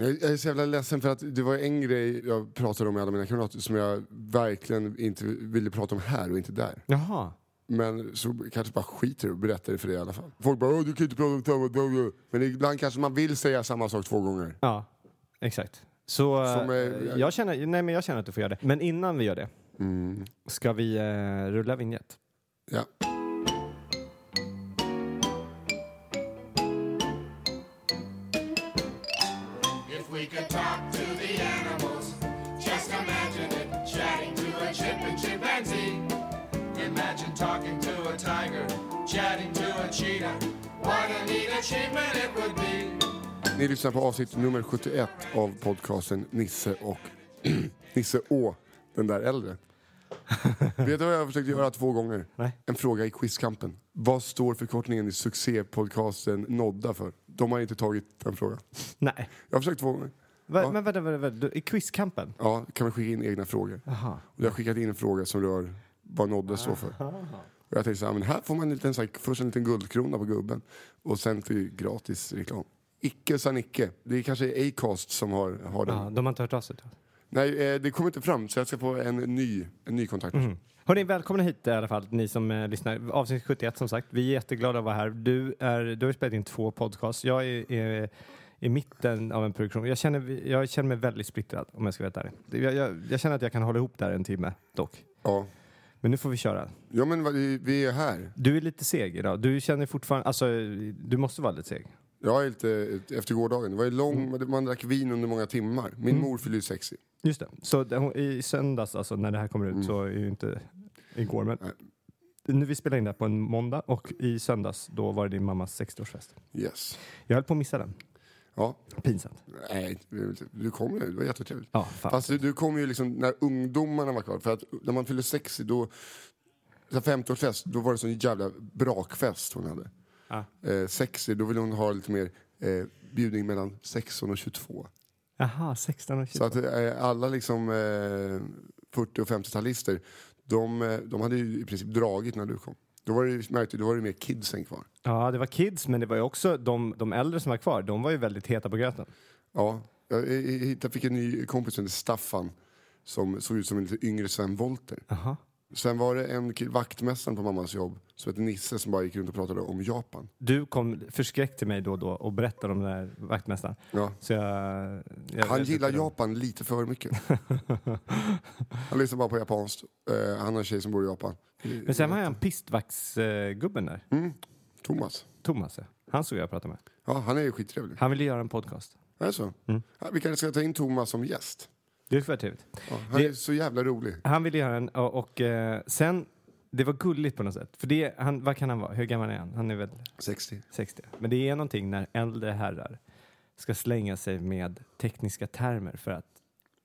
Jag jag är så jävla ledsen för att det var en grej jag pratade om med alla mina kamrater som jag verkligen inte ville prata om här och inte där. Jaha. Men så kanske bara skiter och berättar det för dig i alla fall. Folk bara "Åh, du kan ju inte prata om samma sak." Men ibland kanske man vill säga samma sak två gånger. Ja, exakt. Så eh, Som, eh, jag, känner, nej, men jag känner att du får göra det. Men innan vi gör det, Mm. ska vi eh, rulla vignett? Ja. Ni lyssnar på avsnitt nummer 71 av podcasten Nisse och Nisse Å, den där äldre. Vet du vad jag har försökt göra två gånger? Nej. En fråga i quizkampen. Vad står förkortningen i succépodcasten Nodda för? De har inte tagit den frågan. Nej. Jag har försökt två gånger. Va, Ja. Men vänta, vänta, vänta. Du- I quizkampen? Ja, kan man skicka in egna frågor. Aha. Och jag har skickat in en fråga som rör vad Nodde står för. Och jag tänkte så här, men här får man en liten, så här, först en liten guldkrona på gubben och sen till gratis reklam. Icke sa Nicke. Det är kanske Acast som har, har den. Ja, de har inte hört av sig. Nej, eh, det kommer inte fram så jag ska få en ny, en ny kontakt. Hörni, välkomna hit i alla fall, ni som eh, lyssnar. Avsnitt 71 som sagt. Vi är jätteglada att vara här. Du, är, du har ju spelat in två podcasts. Jag är, är i mitten av en produktion. Jag känner, jag känner mig väldigt splittrad om jag ska vara helt ärlig. Jag, jag, jag känner att jag kan hålla ihop det här en timme dock. Ja. Men nu får vi köra. ja, men vad- vi- vi är här. Du är lite seg idag. Du känner fortfarande, alltså du måste vara lite seg. Jag är lite efter gårdagen. Det var ju Mm. lång, man drack vin under många timmar. Min mor fyllde ju 60. Just det. Så det- hon- i söndags alltså, när det här Mm. kommer ut så är ju inte igår men. Nej. Nu vi spelar in det här på en måndag och i söndags då var det din mammas 60-årsfest. Yes. Jag höll på att missa den. Ja. Pinsamt. Nej, du kom ju. Det var jättetrevligt. Ja, fan. Fast du, du kom ju liksom när ungdomarna var kvar. För att när man fyllde 60, då... så här 50-årsfest, då var det sån jävla brakfest hon hade. Eh, 60, då ville hon ha lite mer eh, bjudning mellan 16 och 22. Jaha, 16 och 20. Så att eh, alla liksom eh, 40 och 50-talister, de, eh, de hade ju i princip dragit när du kom. Då var det, ju- märkte, du, då var det mer kidsen kvar. Ja, det var kids, men det var ju också de, de äldre som var kvar. De var ju väldigt heta på gröten. Ja, jag, jag, hittade- fick en ny kompis som hette Staffan som såg ut som en lite yngre Sven Wollter. Jaha. Sen var det en kill- vaktmästaren på mammas jobb som hette Nisse som bara gick runt och pratade om Japan. Du kom förskräckt till mig då och då och berättade om den där vaktmästaren. Ja. Så jag, jag, Han jag- gillar Japan lite för mycket. Han lyssnar bara på japanskt. Eh, han har en tjej som bor i Japan. Mm. Men sen var jag en pistvaktsgubben där. Thomas. Thomas, ja. Han såg jag pratade med. Ja, han är ju skittrevlig. Han ville göra en podcast. Är det så? Mm. Ja, vi kanske ska ta in Thomas som gäst. Det skulle vara trevligt. Ja, han Det- är så jävla rolig. Han ville göra en och, och eh, sen, det var gulligt på något sätt. För det, han, vad kan han vara? Hur gammal är han? Han är väl 60. 60. Men det är någonting när äldre herrar ska slänga sig med tekniska termer för att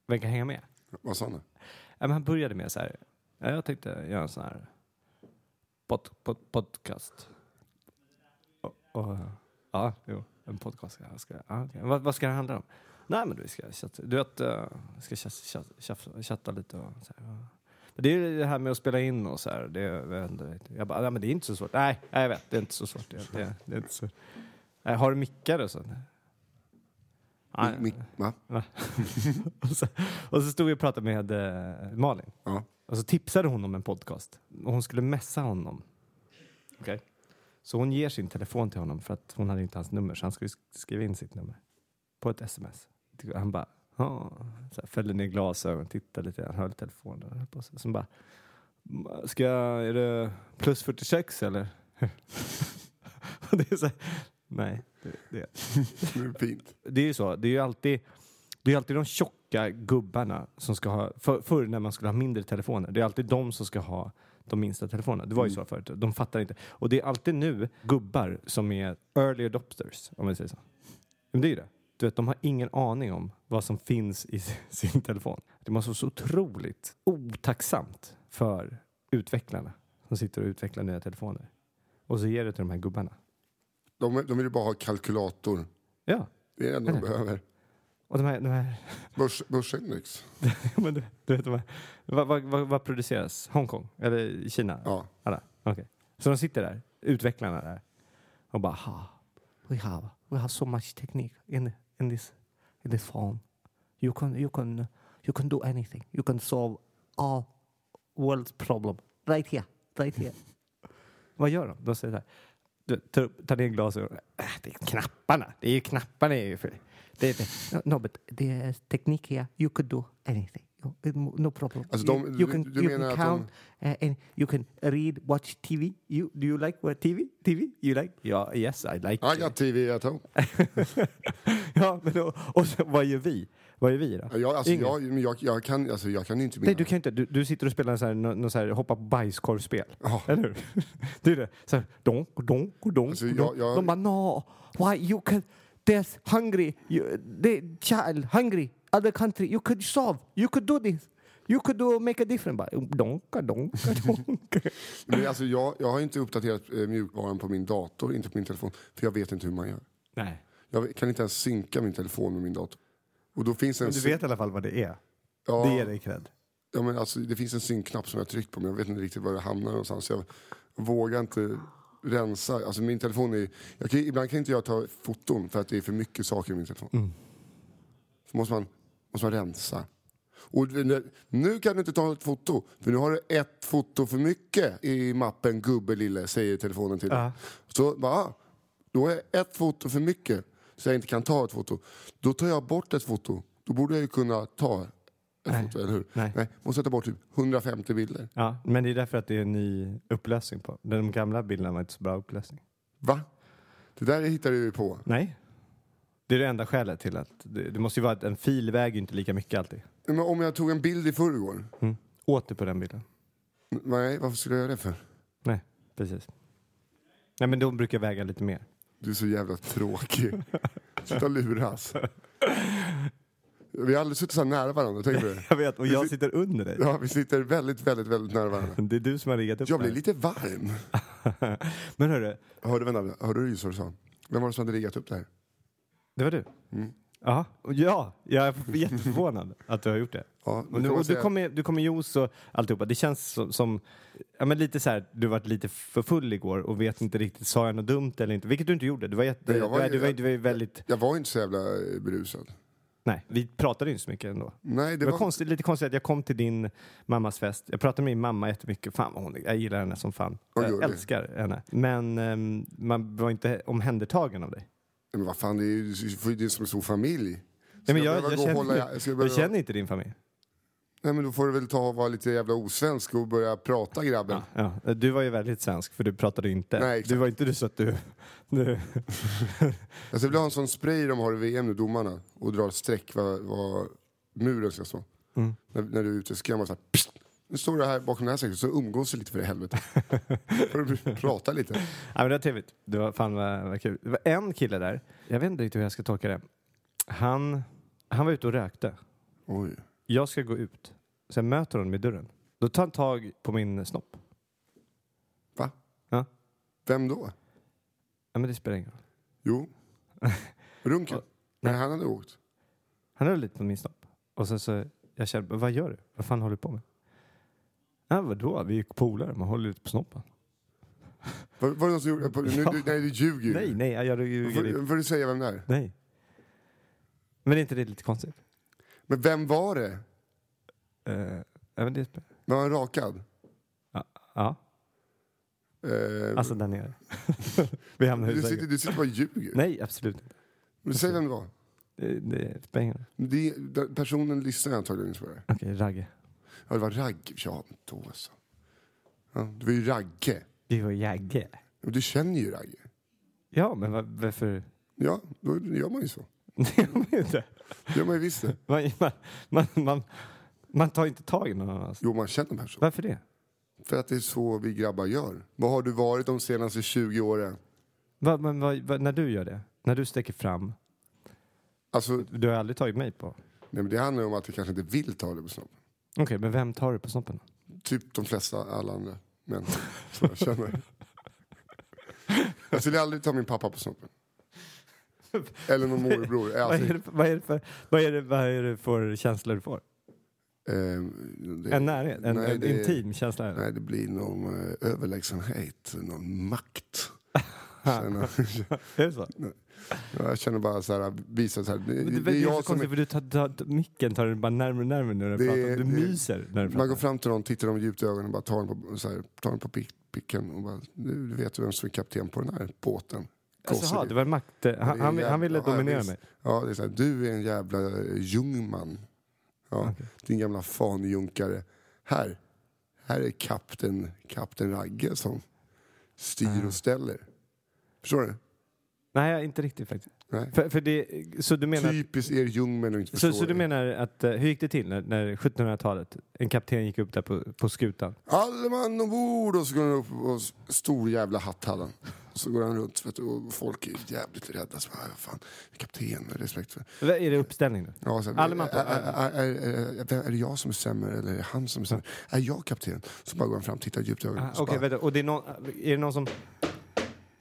verka hänga med. Vad sa han? Ja, men han började med så här. Ja, jag tänkte göra en sån här pod, pod, podcast. Och, och, ja, jo, en podcast. Ska, ska, ja, okej. vad, vad ska det handla om? Nej, men vi ska chatta, du vet, eh, vi ska chatta, chatta, chatta, chatta lite och så här. ja. Men Det är ju det här med att spela in och så här. Det, jag, vet inte. jag bara, nej men det är inte så svårt. Nej, nej, jag vet, det är inte så svårt. Det, det, det är inte så. Nej, har du mickar och sånt? Nej. Mi- mi- va? Och så, och så stod vi och pratade med eh, Malin. Ja. Och så tipsade hon om en podcast. Och hon skulle messa honom. Okej. Så hon ger sin telefon till honom för att hon hade inte hans nummer, så han skulle sk- skriva in sitt nummer på ett sms. Han bara, "Ja." så här, fällde ner glasögonen, tittade lite, han höll telefonen och höll på sig. Sen bara, "M- ska jag, är det plus 46 eller? Och det är så här, nej. Det, det, Det är fint. det är ju så, det är ju alltid, det är alltid de tjocka gubbarna som ska ha, för, förr när man skulle ha mindre telefoner, det är alltid de som ska ha de minsta telefonerna. Det var ju så förut, de fattar inte. Och det är alltid nu gubbar som är early adopters, om vi säger så. Men det är ju det. Du vet, de har ingen aning om vad som finns i sin telefon. Det måste vara så otroligt otacksamt för utvecklarna som sitter och utvecklar nya telefoner. Och så ger det till de här gubbarna. De, de vill ju bara ha kalkylator. Ja, Det är det enda de behöver. och de här, de här Börs, börsindex. Ja, men du, du vet, de här- vad, vad, vad, vad produceras? Hongkong? Eller Kina? Ja. Alla? Okej. Så de sitter där, utvecklarna där, och bara ha, we have, we have so much technique in, in, this, in this phone. You can, you, can, you can do anything. You can solve all world's problem. Right here, right here. vad gör de? De säger så här, du, tar, upp- tar ner glasögonen. Äh, det är knapparna. Det är ju knapparna. Är ju för, det är, det. No, no, but the technique here, you could do anything. You- uh, No problem. Alltså de- you, you can du- du you menar can att count uh, and you can read, watch TV. You do you like what TV? TV? You like? Ja, yes, I like I got TV at home. Ja, men och, och så, vad gör vi? Vad gör vi då? Jag, alltså, Ingen. jag, men jag, jag, kan, alltså, jag kan ju inte Nej, mina. du kan ju inte. Du, du sitter och spelar en sån här, nå- någon så här hoppa på bajskorvspel. Ja. Eller hur? Det är det. Så här, donk, och donk, och donk. Alltså, och jag- donk. jag- De bara, no, Why you can? There's hungry. You, the child hungry. Other country. You could solve. You could do this. You could do make a difference. Bara, donka, donka, donka. Men, alltså, jag, jag har ju inte uppdaterat eh, mjukvaran på min dator, inte på min telefon. För jag vet inte hur man gör. Nej. Jag kan inte ens synka min telefon med min dator. Och då finns en Men du syn- vet i alla fall vad det är. ja, Det ger dig cred. ja, men alltså, det finns en synknapp som jag tryckt på men jag vet inte riktigt var det hamnar någonstans. Jag vågar inte rensa. Alltså, min telefon är, jag kan, ibland kan inte jag ta foton för att det är för mycket saker i min telefon. Mm. Så måste man, måste man rensa. Och det- det- nu kan du inte ta ett foto, för nu har du ett foto för mycket i mappen gubbe lille, säger telefonen till dig. Så bara, ah, då är ett foto för mycket, så jag inte kan ta ett foto. Då tar jag bort ett foto. Då borde jag ju kunna ta ett foto, eller hur? Nej. måste jag ta bort typ 150 bilder. Ja, men det är därför att det är en ny upplösning på. De gamla bilderna var inte så bra upplösning. Va? Det där hittar du ju på. Nej. Det är det enda skälet till att det, det måste ju vara att en fil väger ju inte lika mycket alltid. Men om jag tog en bild i förrgår, Mm. Åter på den bilden. nej, varför skulle jag göra det för? Nej, precis. Nej, men de brukar väga lite mer. Du är så jävla tråkig. Sluta luras. Vi har aldrig suttit så här nära varandra, tänk på det. Jag vet, och jag sitter under dig. Ja, vi sitter väldigt, väldigt, väldigt nära varandra. Det är du som har riggat upp Jag blir det lite varm. här. Men hörru, Hörde, vänta, hörde du just vad du sa? Vem var det som hade riggat upp det här? det var du? Mm. Ja, och ja, jag är jätteförvånad att du har gjort det. Ja, Och nu du, får man och du säga- kom med, du kom med juice och alltihopa. Det känns som, som ja, men lite så här, du varit lite för full igår och vet inte riktigt, sa jag något dumt eller inte? Vilket du inte gjorde. Du var, jätte, Nej, jag var du, var, ju- du, var, du var ju väldigt... Jag var inte så jävla eh, berusad. Nej, vi pratade ju inte så mycket ändå. Nej, Det det var, var... Konstigt, lite konstigt att jag kom till din mammas fest. Jag pratade med min mamma jättemycket. Fan vad hon är. Jag gillar henne som fan. Ja, gör jag det. älskar henne. Men ehm, man var inte omhändertagen av dig. Nej, Men vad fan, det är ju det är som en stor familj. Nej, men jag jag, behöva jag, gå och känner, hålla- jag jag, ska behöva- känner inte din familj. Nej, men då får du väl ta och vara lite jävla osvensk och börja prata grabben. Ja, du var ju väldigt svensk för du pratade inte. Nej, exakt. du var inte du så att du... du Alltså, Jag skulle vilja ha en sån spray de har i VM nu, domarna, och drar streck var, var muren ska stå. Mm. När, när du är ute så kan man så här, pst, nu står du här bakom den här säcken, så umgås du lite för i helvete. Får du prata lite. Ja, men det var trevligt. Det var fan vad, vad kul. Det var en kille där, jag vet inte riktigt hur jag ska tolka det. Han, han var ute och rökte. Oj. Jag ska gå ut. Sen möter hon mig i dörren. Då tar han tag på min snopp. Va? Ja. Vem då? Ja, men det spelar ingen roll. Jo. Runken? Nej, han hade åkt. Han höll lite på min snopp. Och sen så, jag kände, "Men vad gör du? Vad fan håller du på med? Ja, vadå? Vi är polare, man håller lite på snoppen. Var, var det någon som gjorde... på- Nu, du, nej, du ljuger Nej, nej, jag ljuger Får, inte. får du säga vem det är? Nej. Men är inte det lite konstigt? Men vem var det? Eh, ja, men det, Var han rakad? ja, ja. Eh, Alltså där nere. Vi hamnar i du, sitter, Husängen. du sitter bara och ljuger. Nej, absolut inte. Men säg vem det var. Det, det spelar ingen roll. Det, den personen lyssnar antagligen inte på det här. Okej, Ragge. Ja, det var Ragge. Ja, då så. Ja, det var ju Ragge. Det var Jagge. Men Du känner ju Ragge. Ja, men va- varför? Ja, då gör man ju så. Det gör man ju inte. Det gör man ju visst det. Man, man, man, man, man tar inte tag i någon annan. Jo, man känner personen. Varför det? För att det är så vi grabbar gör. Vad har du varit de senaste 20 åren? Va, men, vad- vad- när du gör det, när du sticker fram, Alltså, du har aldrig tagit mig på. Okej, nej, men det handlar ju om att du kanske inte vill ta det på snoppen. men vem tar du på snoppen? Typ de flesta, alla andra män som jag känner. Jag skulle aldrig ta min pappa på snoppen. Eller någon morbror. Vad Alltså, är det, vad är det, för, vad är det, vad är det för känslor du får? ehm, det- En närhet? En, Nej, en det- intim känsla? Nej, det blir någon eh, överlägsenhet, någon makt. Känner, Är det så? jag känner bara så här, visa så här. Det, Det, det, det är är så jag som konstigt är, för du tar, tar micken tar den bara närmare och närmare när du Det- pratar. Du det- myser när du Man går pratar. fram till någon, tittar dem djupt i ögonen och bara tar den på, så här, tar den på pick, picken och bara, nu du vet du vem som är kapten på den här båten. Alltså, aha, Gosse. det var en makt... Han, han, han ville Ja, ja, dominera visst. mig. Ja, det är så här, du är en jävla eh, Ljungman. Ja, Din gamla fanjunkare. Här, här är kapten, kapten Ragge som Ah. styr och ställer. Förstår du? Nej, inte riktigt faktiskt. Nej. För, för det, så du menar... Typiskt er Ljungmän att inte förstå Så, så du det. menar att, eh, hur gick det till när, när 1700-talet, en kapten gick upp där på, på skutan? Alle man ombord! Och så går han upp och s- stor jävla hatt hade han. Och så går han runt vet du, och folk är jävligt rädda. Så bara, fan, kapten, med respekt för... Vad Är det uppställning nu? Ja, så, här, Alle man på- är, är, är, är, är det jag som är sämre eller är det han som är sämre? Är jag kapten? Så bara går han fram, tittar djupt i ögonen. Ah, så Okej, bara, vänta. Och det är, någon, är det någon som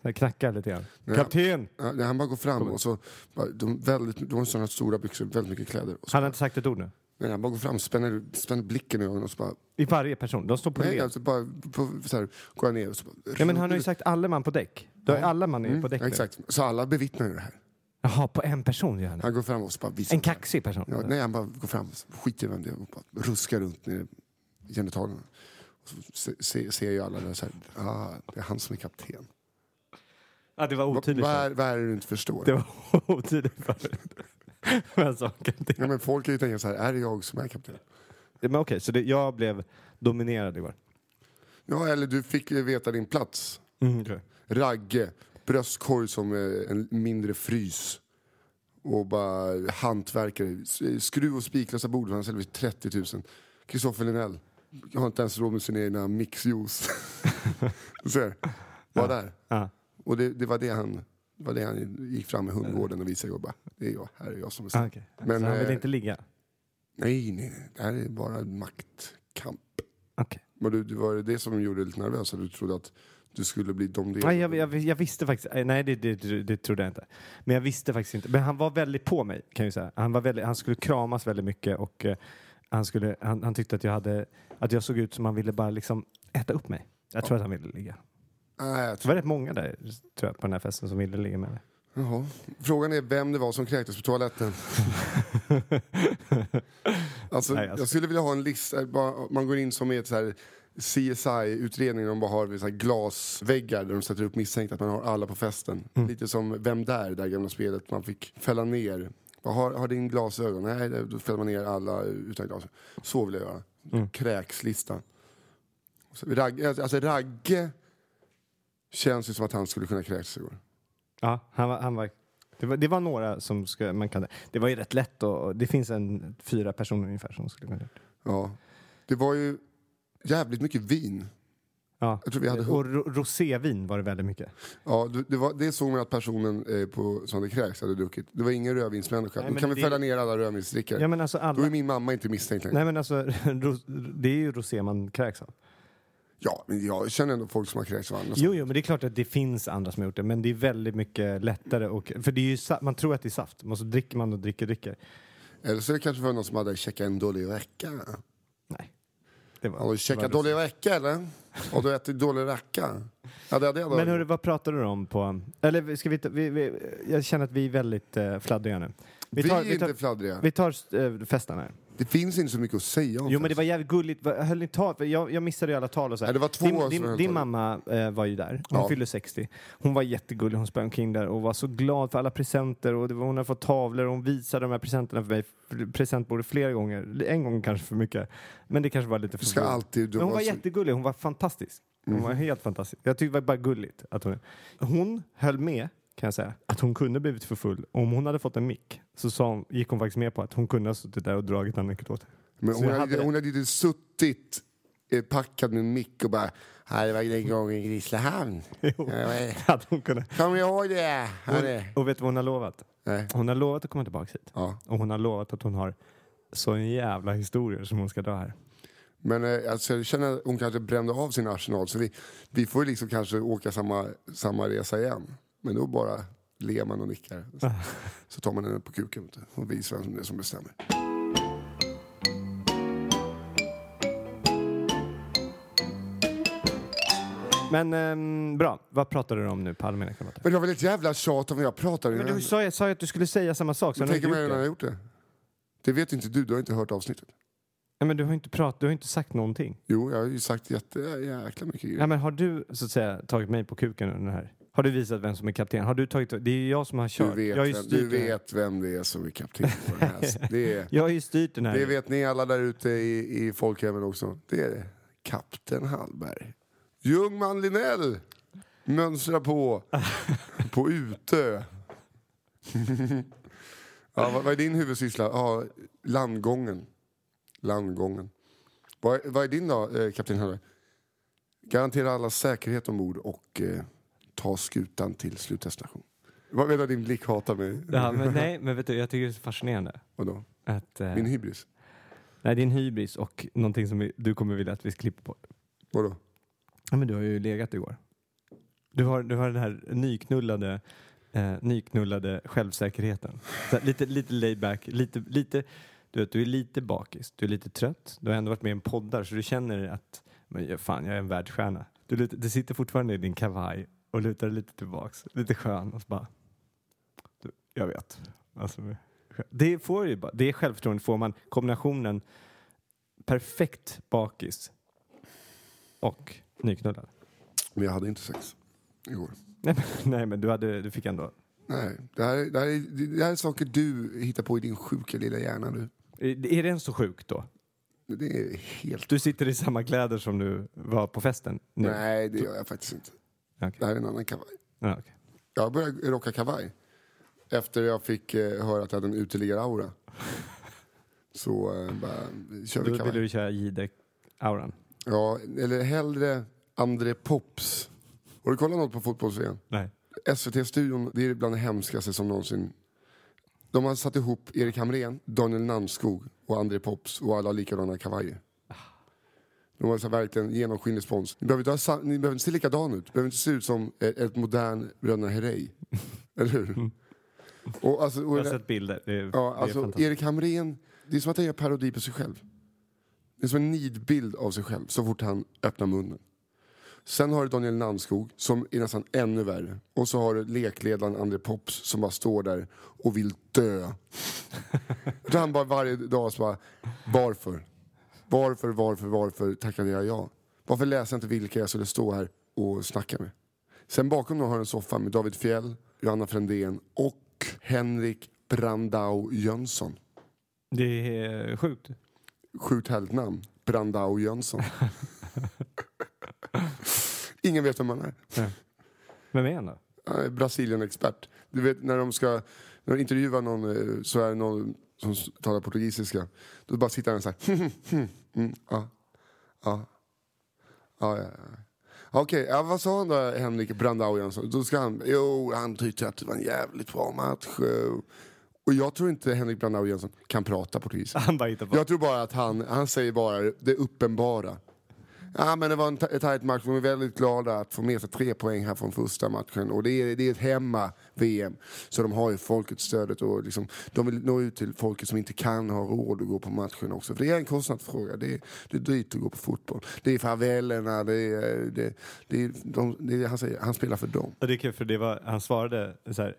Jag knackar lite grann? Ja. Kapten! Ja, nej, han bara går fram och så, bara, de, väldigt, de har sådana stora byxor, väldigt mycket kläder. Och så, Han har inte sagt ett ord nu? nej, han bara går fram, spänner, spänner blicken i ögonen och så bara, I varje person? De står på nej, led? alltså, bara på, så här, går han ner och så bara, Ja, men han har ju sagt alle man på däck. Då är alla man är på däck Ja, Mm. nu. Exakt, så alla bevittnar ju det här. Jaha, på en person gör han det? Han går fram och så bara visar. En kaxig person? Ja, nej, han bara går fram, skiter i vem det är och bara ruskar runt nere i genitalerna. Och så se- se- ser ju alla där så här, ah, det är han som är kapten. Ja, det var Va- otydligt. Vad är, vad är det du inte förstår? Det var otydligt förut. Men jag sa kapten. Ja, men folk kan ju tänka så här, är det jag som är kapten? Men okej, så det, jag blev dominerad igår? Ja, eller du fick eh, veta din plats. Mm, tror jag. Ragge, bröstkorg som eh, en mindre frys. Och bara hantverkare. S- eh, Skruv och spiklösa bord, han säljer för 30 000. Kristoffer Linell, har inte ens råd med sina egna mixjuice. du ser, var där. Ja. Och det, det, var det, han, det var det han gick fram med hundgården och visade. Och bara, det är jag, här är jag som är Ah, stark. okej. Men, så han ville eh, inte ligga? Nej, nej, nej, det här är bara maktkamp. Okej. Men du, du var det det som gjorde dig lite nervös? Att du trodde att du skulle bli domderad? Nej, jag, jag, jag visste faktiskt eh, Nej, det, det, det, det trodde jag inte. Men jag visste faktiskt inte. Men han var väldigt på mig, kan jag ju säga. Han, var väldigt, han skulle kramas väldigt mycket och eh, han, skulle, han, han tyckte att jag, hade, att jag såg ut som han ville bara liksom äta upp mig. Jag tror att han ville ligga. Nej, jag Det tror... var rätt många där, tror jag, på den här festen som ville ligga med mig. Jaha. Frågan är vem det var som kräktes på toaletten. alltså, Nej, alltså. Jag skulle vilja ha en lista, bara, man går in som i ett så här CSI-utredning, de bara har så här glasväggar där de sätter upp misstänkta, att man har alla på festen. Mm. Lite som Vem där, det här gamla spelet man fick fälla ner. Bara, har, har din glasögon? Nej, det- då fäller man ner alla utan glasögon. Så vill jag göra. Mm. Kräkslista. Så Ragge, alltså Ragge känns ju som att han skulle kunna kräkas igår. Ja, han var, han var, det, var, det var några som skulle, man kan... Det var ju rätt lätt och, och det finns en fyra personer ungefär som skulle kunna Ja. Det var ju jävligt mycket vin. Ja. Jag tror vi hade Eh, Och ro, rosévin var det väldigt mycket. Ja, det, det, var, det såg man att personen eh, på, som det kräks hade druckit. Det var ingen rödvinsmänniska. Nej, Då men kan vi det- fälla ner alla rödvinsdrickare. Ja, men alltså Då alla... är min mamma inte misstänkt längre. Nej, men alltså, ros- det är ju rosé man kräks Alltså- av. Ja, men jag känner ändå folk som har kräkts av andra. Jo, jo, men det är klart att det finns andra som har gjort det, men det är väldigt mycket lättare. Och, för det är ju sa- man tror att det är saft, men så dricker man och dricker dricker. Eller så är det kanske för någon som hade checkat en dålig vecka. Nej. Det var, Har du det checkat var dålig vecka eller? Har du ätit dålig racka? Ja, det hade jag då. Men hörru, vad pratade du om på... Eller ska vi, ta, vi, vi Jag känner att vi är väldigt eh, fladdriga nu. vi, tar, är vi tar, inte fladdriga. vi tar eh, festen här. Det finns inte så mycket att säga om Jo men det fest. var jävligt gulligt. Va- Höll ni tal? För Jag, jag missade ju alla tal och så här. Nej, det var två din, som din, höll din tal. mamma eh, var ju där. Hon Ja. fyllde 60. Hon var jättegullig. Hon sprang omkring där och var så glad för alla presenter. Och det var, hon hade fått tavlor och hon visade de här presenterna för mig. F- Presentbordet flera gånger. En gång kanske för mycket. Men det kanske var lite för Du ska gulligt. alltid... Men hon var så- Mm. jättegullig. Hon var fantastisk. Hon var helt fantastisk. Jag tyckte det var bara gulligt. Att hon, hon höll med, kan jag säga, att hon kunde blivit för full. Om hon hade fått en mick så sa hon, gick hon faktiskt med på att hon kunde ha suttit där och dragit en anekdot. Men Så hon jag hade, hade- hon hade inte suttit eh, packad med en mick och bara här det var den gången i Grisslehamn. Jo, Ja, men- hade hon kunnat. Kommer ni ihåg det? Hörni? Och vet du vad hon har lovat? Nej. Hon har lovat att komma tillbaka hit. Ja. Och hon har lovat att hon har så en jävla historier som hon ska dra här. Men eh, alltså, jag känner att hon kanske brände av sin arsenal så vi, vi får ju liksom kanske åka samma, samma resa igen. Men då bara ler man och nickar. Så, så tar man henne på kuken vet du, och visar vem det är som bestämmer. Men ehm, bra, vad pratade du om nu på almanackan? Men det var väl ett jävla tjat om vad jag pratade Men du sa ju sa ju att du skulle säga samma sak. Så Men har du tänk om inte jag gjort redan har det. gjort det. Det vet inte du, du har inte hört avsnittet. Nej, men du har ju inte pratat, du har ju inte sagt någonting. Jo, jag har ju sagt jätte, jäkla mycket grejer. Nej, men har du så att säga tagit mig på kuken under det här? Har du visat vem som är kapten? Har du tagit, det är ju jag som har Du kört. vet, jag, har ju vem, du styrt den här- vet vem det är som är kapten på den här. Det, är, jag har ju styrt den här. det vet ni alla där ute i, i folkhemmen också. Det är kapten Hallberg. Ljungman Linell mönstrar på på Utö. ja, vad, vad är din huvudsyssla? Ja, landgången. Landgången. Vad, är- vad är din då, eh, kapten Hallberg? Garantera alla säkerhet ombord och eh, ta skutan till slutdestination. Vad vet du att din blick hatar mig? Ja, men, nej, men vet du, jag tycker det är så fascinerande. Vadå? Att, eh, Min hybris? nej, det är en hybris och någonting som vi, du kommer vilja att vi klipper bort. Vadå? Ja, men du har ju legat igår. Du har, du har den här nyknullade, eh, nyknullade självsäkerheten. Så här, lite, lite laid back, lite, lite, du, vet, du är lite bakis, du är lite trött. Du har ändå varit med i en podd där så du känner att men, ja, fan, jag är en världsstjärna. Du, lut- du sitter fortfarande i din kavaj och lutar dig lite tillbaks, lite skön och så bara, du, jag vet. Alltså, men, det, får ju, bara- det självförtroendet får man, kombinationen perfekt bakis och nyknullad. Men jag hade inte sex igår. Nej men, nej, men du, hade, du fick ändå... Nej, det här, det, här är, det här är saker du hittar på i din sjuka lilla hjärna nu. Är den så sjuk då? Det är helt... Du sitter i samma kläder som du var på festen? nu? Nej, det gör jag faktiskt inte. Det Okej. här är en annan kavaj. Ja, okej. Jag började rocka kavaj efter jag fick eh, höra att jag hade en uteliggare-aura. Så eh, bara, kör vi Då ville kavaj. du köra Jihde-auran? Ja, eller hellre André Pops. Har du kollat något på fotbolls -VM? Nej. SVT-studion, det är bland det hemskaste som någonsin... De har satt ihop Erik Hamrén, Daniel Namnskog och André Pops och alla har likadana kavajer. De har så här verkligen genomskinlig spons. Ni behöver, inte ha, sa- ni behöver inte se likadan ut. Ni behöver inte se ut som eh, ett modern Bröderna Herrey. Eller hur? Och alltså, och, Mm. Jag har sett bilder. Det är, ja, det är alltså, fantastiskt. Erik Hamrén, det är som att han gör parodi på sig själv. Det är som en nidbild av sig själv så fort han öppnar munnen. Sen har du Daniel Nannskog som är nästan ännu värre. Och så har du lekledaren André Pops som bara står där och vill dö. Jag tror han bara varje dag så bara, varför? Varför, varför, varför tackade jag ja? Varför läser jag inte vilka jag skulle stå här och snacka med? Sen bakom dem har jag en soffa med David Fjell, Johanna Frändén och Henrik Brandau Jönsson. Det är sjukt. Sjukt härligt namn. Brandau Jönsson. Ingen vet vem han är. Vem är han då? Han är Brasilien-expert. Du vet när de ska när de intervjuar någon eh, så är det någon som s- talar portugisiska. Då bara sitter han så här. Mm, ja. Ja. Ja, ja, ja. Okej, ja, vad sa han då, Henrik Brandau Jönsson? Då ska han, jo, han tyckte att det var en jävligt bra match. eh. Och jag tror inte Henrik Brandau Jönsson kan prata portugisiska. Han bara hittar på. Jag tror bara att han, han säger bara det uppenbara. Ja, men det var en ta- tajt match. De är väldigt glada att få med sig tre poäng här från första matchen. Och det är, det är ett hemma-VM, så de har ju folkets stödet. Och liksom, de vill nå ut till folket som inte kan ha råd att gå på matchen också. För det är en kostnadsfråga. Det är, det är dyrt att gå på fotboll. Det är favellerna, det är... Det, det är, de, det är han, säger, han spelar för dem. Och Det är kul för det var, han svarade så här.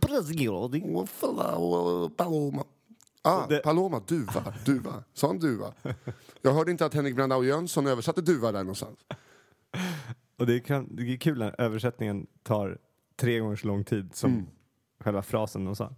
Brasil. Fala, Paloma. Ah, Det- Paloma, duva, duva. Sa han duva? Jag hörde inte att Henrik Brandao Jönsson översatte duva där någonstans. Och det, kan, det är kul när översättningen tar tre gånger så lång tid som Mm. själva frasen de sa.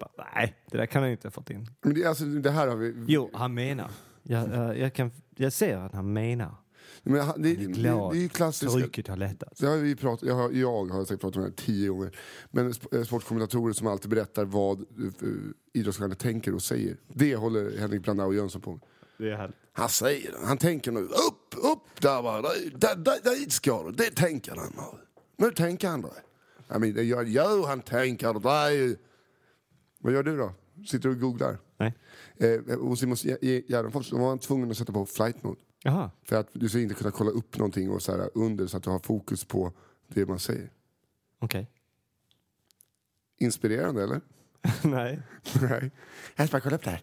Bara, nej, det där kan han inte ha fått in. Men det, alltså, det här har vi... Jo, han menar. Jag, eh, jag, kan, jag ser att han menar. Men, han- det, det, det, det är ju klassiskt. Trycket har lättat. Det har vi prat, jag, har, jag har säkert pratat om det här tio gånger. Men sp- eh, sportkommentatorer som alltid berättar vad uh, idrottsstjärnor tänker och säger. Det håller Henrik Brandao Jönsson på med. Det är härligt. Han säger det. Han tänker nu. Upp, upp där va. Där, där, där, dit ska du. Det tänker han. va. Nu tänker han det. Jag menar, jag gör han tänker det. är ju- Vad gör du då? Sitter du och googlar? Nej. Eh, hos Simon Gär- Gär- Gärdenfors då var han tvungen att sätta på flight mode. Jaha. För att du ska inte kunna kolla upp någonting och så här under så att du har fokus på det man säger. Okej. Inspirerande eller? nej. Nej. Jag ska bara kolla upp det här.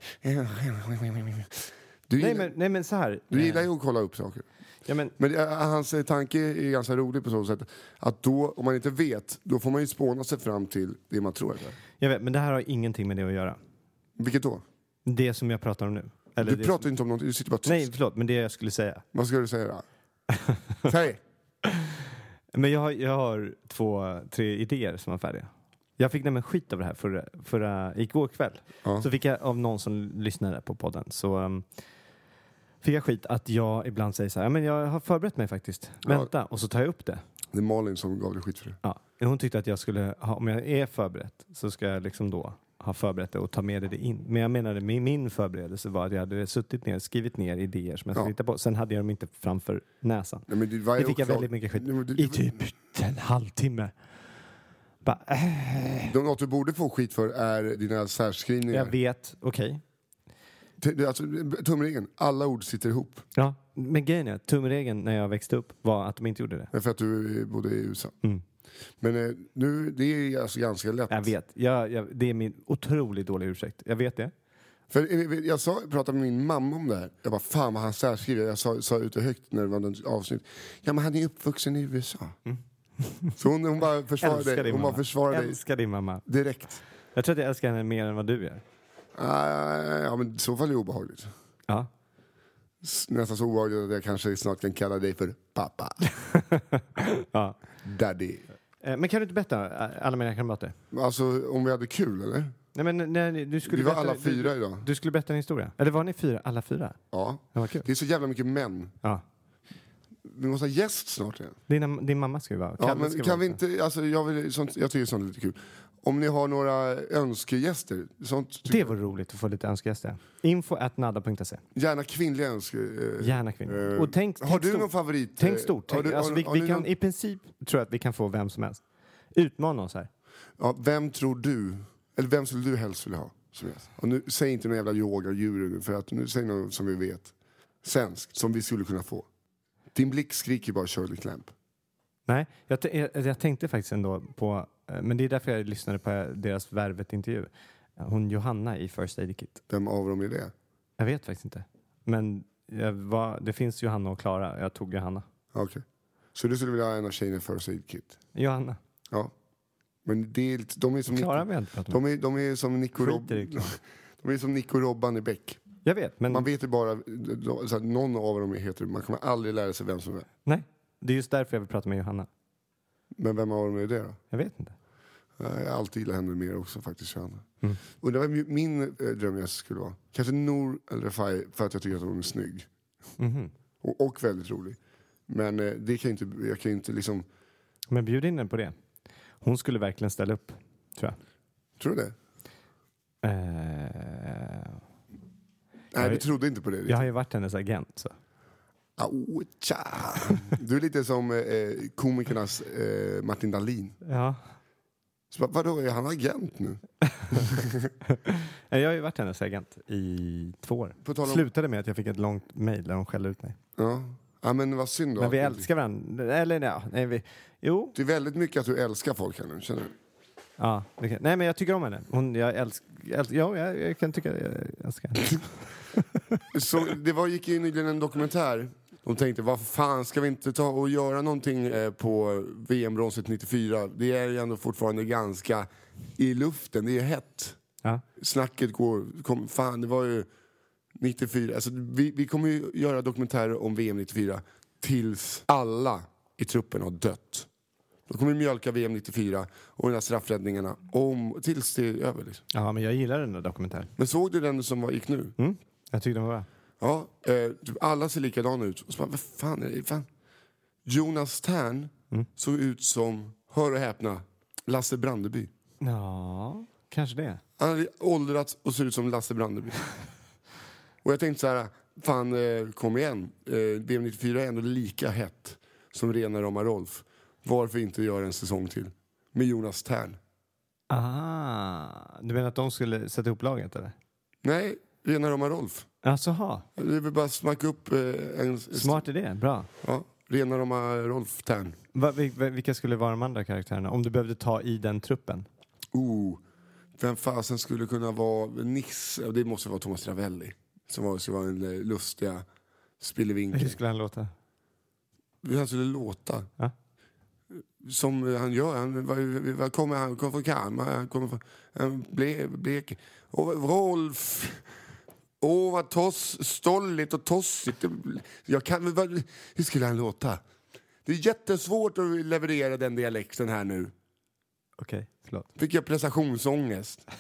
Du gillar, Nej men, nej, men så här. du gillar ju att kolla upp saker. Ja, men, Men det, eh, hans eh, tanke är ganska rolig på så sätt att då, om man inte vet, då får man ju spåna sig fram till det man tror. Eller? jag vet, men det här har ingenting med det att göra. Vilket då? Det som jag pratar om nu. Eller Du det pratar ju inte om någonting, du sitter bara tyst. som, Nej, förlåt, men det jag skulle säga. Vad ska du säga då? Säg! Men jag har, jag har två, tre idéer som var färdiga. Jag fick nämligen skit av det här förra, förra, igår kväll. Ja. Så fick jag av någon som lyssnade på podden. Så ehm, fick jag skit att jag ibland säger så här, "Ja, men jag har förberett mig faktiskt. Ja. Vänta, och så tar jag upp det. Det är Malin som gav dig skit för det. Ja. Hon tyckte att jag skulle, ha, om jag är förberett så ska jag liksom då ha förberett det och ta med det in. Men jag menade min, min förberedelse var att jag hade suttit ner, skrivit ner idéer som jag skulle Ja. titta på. Sen hade jag dem inte framför näsan. Nej, men det, var Det fick jag väldigt mycket skit I typ en halvtimme. Bara, äh, De, något du borde få skit för är dina särskrivningar. jag vet, okej. T- det är Alltså, tumregeln, alla ord sitter ihop. Ja. Men grejen är, tumregeln när jag växte upp var att de inte gjorde det. För att du eh, bodde i USA. Mm. Men eh, nu, det är alltså ganska lätt. Jag vet, jag, jag, det är min otroligt dåliga ursäkt. Jag vet det. För eh, jag sa, pratade med min mamma om det här. Jag bara, fan vad han särskriver. Jag sa, sa ut det högt när det var något avsnitt. Ja, men han är uppvuxen i USA. Så hon, hon bara Mm. Älskar försvarade dig. din Hon bara mamma. försvarade dig Älskar din mamma. direkt. Jag tror att jag älskar henne mer än vad du gör. Ah, ja, men i så fall är det obehagligt. Ja. S- Nästan så obehagligt att jag kanske snart kan kalla dig för pappa. ja. Daddy. Eh, Men kan du inte berätta, eh, alla mina kamrater? Alltså, om vi hade kul eller? Nej, men när ni- du skulle Vi var berätta, alla fyra du, idag. du skulle berätta en historia. Eller var ni fyra, alla fyra? Ja. Det var kul. Det är så jävla mycket män. Ja. Vi måste ha gäst snart igen. Din, din mamma ska ju vara... Ja, Kalle men ska kan vara vi också. inte, alltså, jag, vill, sånt, jag tycker sånt är lite kul. Om ni har några önskegäster, sånt, tycker Det vore roligt att få lite önskegäster. Info at nadda.se. jag. gärna kvinnliga önske... eh, Gärna kvinnor. eh, och tänk, har tänk du stort. någon favorit? eh, Tänk stort. har Tänk, du- alltså, har- vi, har vi du kan, någon- I princip tror jag att vi kan få vem som helst. Utmana oss här. ja, vem tror du, eller vem skulle du helst vilja ha som gäst? Och nu, säg inte några jävla yogadjur nu, för att nu säg något som vi vet. Svenskt, som vi skulle kunna få. Din blick skriker bara Shirley Clamp. Nej, jag, t- jag, jag tänkte faktiskt ändå på... eh, Men det är därför jag lyssnade på eh, deras Värvet-intervju. Hon Johanna i First Aid Kit. Vem av dem är det? Jag vet faktiskt inte. Men jag var, det finns Johanna och Klara. Jag tog Johanna. Okej. Så du skulle vilja ha en av tjejerna i First Aid Kit? Johanna. Ja. Men det är, lite- de är som Klara vill jag inte prata med. De är, de är som Nico Rob... Skiter Typ. i Klara. De är som Nico Robban i Beck. Jag vet, men Man vet ju bara, de- så att någon av dem heter Man kommer aldrig lära sig vem som är. nej. Det är just därför jag vill prata med Johanna. Men vem av dem är det då? Jag vet inte. Jag har alltid gillat henne mer också faktiskt. Johanna. Mm. Och det var ju min eh, drömgäst skulle vara. Kanske Nour El Refai för att jag tycker att hon är snygg. Mhm. Och, och väldigt rolig. Men eh, det kan ju inte, jag kan ju inte liksom, Men bjud in henne på det. Hon skulle verkligen ställa upp, tror jag. tror du det? Eh, Nej, är- du trodde inte på det. jag riktigt. har ju varit hennes agent. Så. Au, tja. Du är lite som eh, komikernas eh, Martin Dahlin. Ja. Så, bara, vadå, är han agent nu? Eh, Jag har ju varit hennes agent i två år. På tal om- Slutade med att jag fick ett långt mejl där hon skällde ut mig. Ja. ja, men vad synd då. Men vi att du- älskar varandra. Eller ja, nej, vi... Jo. Det är väldigt mycket att du älskar folk här nu, känner du? Ja, det kan- Nej, men jag tycker om henne. Hon, jag älskar... Älsk, ja, jag, jag kan tycka... Jag älskar henne. Så det var, gick ju nyligen en dokumentär. De tänkte, vad fan ska vi inte ta och göra någonting eh, på VM-bronset 94? Det är ju ändå fortfarande ganska i luften, det är hett. Ja. Snacket går, kom, fan det var ju 94. Alltså, vi, vi kommer ju göra dokumentärer om VM 94 tills alla i truppen har dött. Då kommer vi mjölka VM 94 och de där straffräddningarna om, tills det är över. Liksom. ja, men jag gillar den där dokumentären. Men såg du den som var, gick nu? Mm? Jag tyckte den var bra. Ja, eh, typ alla ser likadana ut. Och så bara, vad fan är det? Fan. Jonas Tern såg ut som, hör och häpna, Lasse Brandeby. Ja, kanske det. Han hade åldrats och ser ut som Lasse Brandeby. och jag tänkte så här, fan eh, kom igen. Eh, VM 94 är ändå lika hett som rena rama Rolf. Varför inte göra en säsong till? Med Jonas Tern. Ah, du menar att de skulle sätta ihop laget eller? Nej, rena rama Rolf. Alltså, ha. Det är väl bara att smacka upp eh, en... Smart idé, bra. Ja, rena rama Rolf Tern. Va, vil- vil- vilka skulle vara de andra karaktärerna? Om du behövde ta i den truppen? Oh, vem fasen skulle kunna vara Nisse? Det måste vara Thomas Ravelli. Som var, skulle vara den eh, lustiga Hur spillevinkeln. skulle han låta? Hur han skulle låta. Ja. Som eh, han gör. Han, var, var kommer, han? han kommer från Kalmar. Han kommer från han blev blek. Och Rolf! Åh, vad toss, stolligt och tossigt. Det- Jag kan, men vad, hur skulle han låta? Det är jättesvårt att leverera den dialekten här nu. Okej, förlåt. fick jag prestationsångest.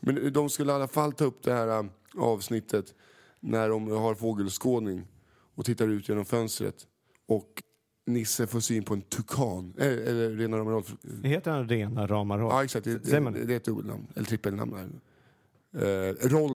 Men de skulle i alla fall ta upp det här äh, avsnittet när de har fågelskådning och tittar ut genom fönstret och Nisse får syn på en tukan. Eh, Eller rena rama Rolf. Heter han rena rama Rolf? Ja, exakt. Det, Säger man det, det? det är ett dubbelnamn. Eller trippelnamn. Eh, Rolf.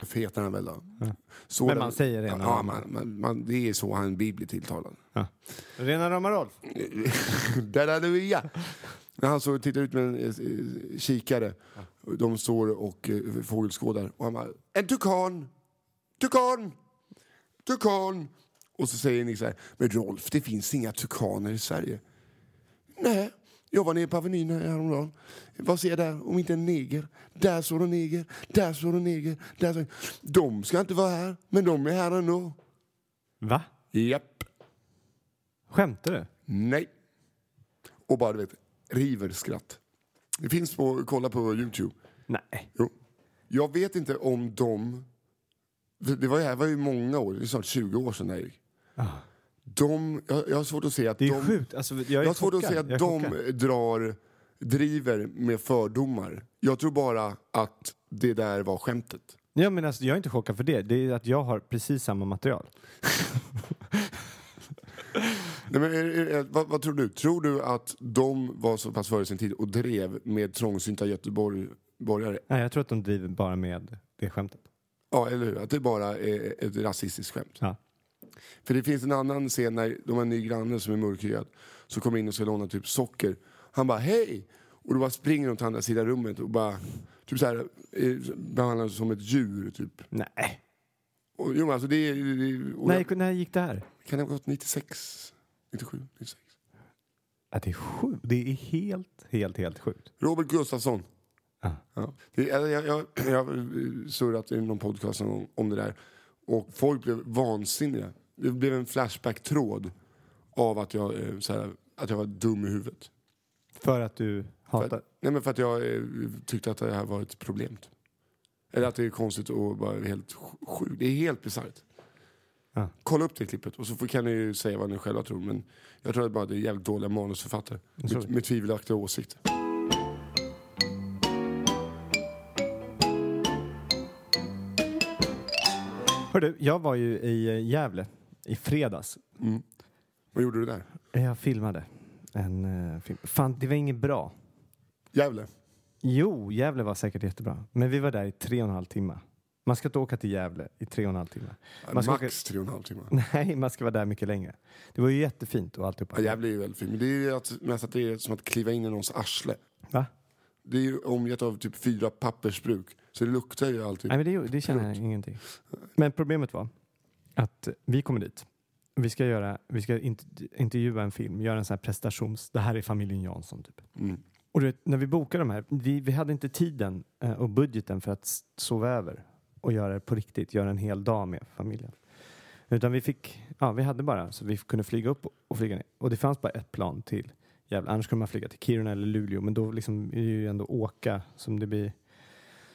Varför heter han väl då? Så Men där- man säger rena Ja, rama. man, man, man, det är så han blir blir tilltalad. Rena rama Rolf? Där hade vi ja. När han så tittar ut med en eh, eh, kikare. De står och eh, fågelskådar. Och han bara, en tukan! Tukan! Tukan! Och så säger Nick så här, men Rolf, det finns inga tukaner i Sverige. Nej, jag var nere på Avenyn här häromdagen. Vad ser jag där om inte en neger? Där står en neger, där står en neger, där står... De ska inte vara här, men de är här ändå. Va? Japp. Skämtar du? Nej. Och bara, du vet, river skratt. Det finns på, kolla på Youtube. Nej. Jo. Jag vet inte om de... Det det var, ju- det här var ju många år, det är snart 20 år sedan det här gick. De, jag, jag har svårt att se att Ah. Det är de... sjukt. Alltså, jag är Jag har svårt att chockad. se att Jag är de chockad. drar, driver med fördomar. Jag tror bara att det där var skämtet. Ja, men alltså, jag är inte chockad för det. Det är att jag har precis samma material. Nej, men, är- är- är- vad, vad tror du? Tror du att de var så pass före sin tid och drev med trångsynta göteborgare Nej, jag tror att de driver bara med det skämtet. Ja, eller hur? Att det bara är ett rasistiskt skämt. Ja. För det finns en annan scen när de har en ny granne som är mörkhyad som kommer in och ska låna typ socker. Han bara hej! Och då bara springer de till andra sidan rummet och bara typ så här, eh, behandlar dem som ett djur. Typ. Nej. Och, jo, men alltså det, är- det, det och När, när gick det här? Kan det ha gått 96? 97? 96? Ja, det är sjukt. Det är helt, helt, helt sjukt. Robert Gustafsson. Ja. Ja. Det, jag, jag, jag, jag har surrat i någon podcast om, om det där och folk blev vansinniga. Det blev en flashback-tråd av att jag, eh, så här, att jag var dum i huvudet. För att du För hatar... att, nej, men för att jag eh, tyckte att det här var ett problem. typ. Eller att det är konstigt och bara helt sj- sjukt. Det är helt bisarrt. Ja. Kolla upp det klippet och så får, kan ni ju säga vad ni själva tror. Men jag tror bara att det är jävligt dåliga manusförfattare så- med, med tvivelaktiga åsikter. Hördu, jag var ju i eh, Gävle i fredags. Vad gjorde du där? Jag filmade en eh, film. Fan, det var inget bra. Gävle? Jo, Gävle var säkert jättebra. Men vi var där i tre och en halv timme. Man ska inte åka till Gävle i tre och en halv timme. Man ska Max tre och en halv timme. Åka, nej, man ska vara där mycket längre. Det var ju jättefint och alltihopa. Ja, Gävle är ju väldigt fint. Men det är ju att, mest att det är som att kliva in i någons arsle. Va? Det är ju omgett av typ fyra pappersbruk. Så det luktar ju alltid. Nej, men det, det känner jag ingenting. Men problemet var att vi kommer dit. Vi ska, göra, vi ska int- intervjua en film, göra en sån här prestations... Det här är familjen Jansson, typ. Mm. Och du vet, när vi bokade de här, vi, vi hade inte tiden eh, och budgeten för att s- sova över och göra det på riktigt, göra en hel dag med familjen. Utan vi fick, ja vi hade bara, så vi kunde flyga upp och flyga ner. Och det fanns bara ett plan till Gävle, annars kunde man flyga till Kiruna eller Luleå, men då liksom är det ju ändå åka som det blir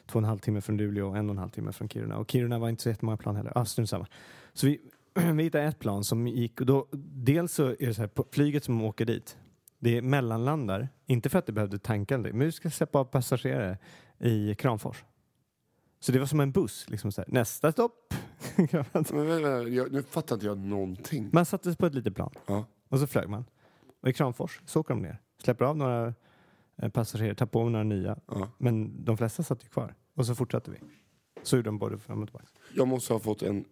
två och en halv timme från Luleå och en och en halv timme från Kiruna. Och Kiruna var inte så jättemånga plan heller. Ah, strunt samma. Så vi, vi hittade ett plan som gick, och då, dels så är det så här, på flyget som åker dit, det är mellanlandar, inte för att det behövde tanka eller det, men vi ska släppa av passagerare i Kramfors. Så det var som en buss, liksom så här, nästa stopp. Men, men, men, jag, nu fattar inte jag någonting. man sattes på ett litet plan Ja. och så flög man. Och i Kramfors så åker de ner, släpper av några eh, passagerare, tar på några nya. Ja. Men de flesta satt ju kvar. Och så fortsatte vi. Så gjorde de både fram och tillbaka. Jag måste ha fått en,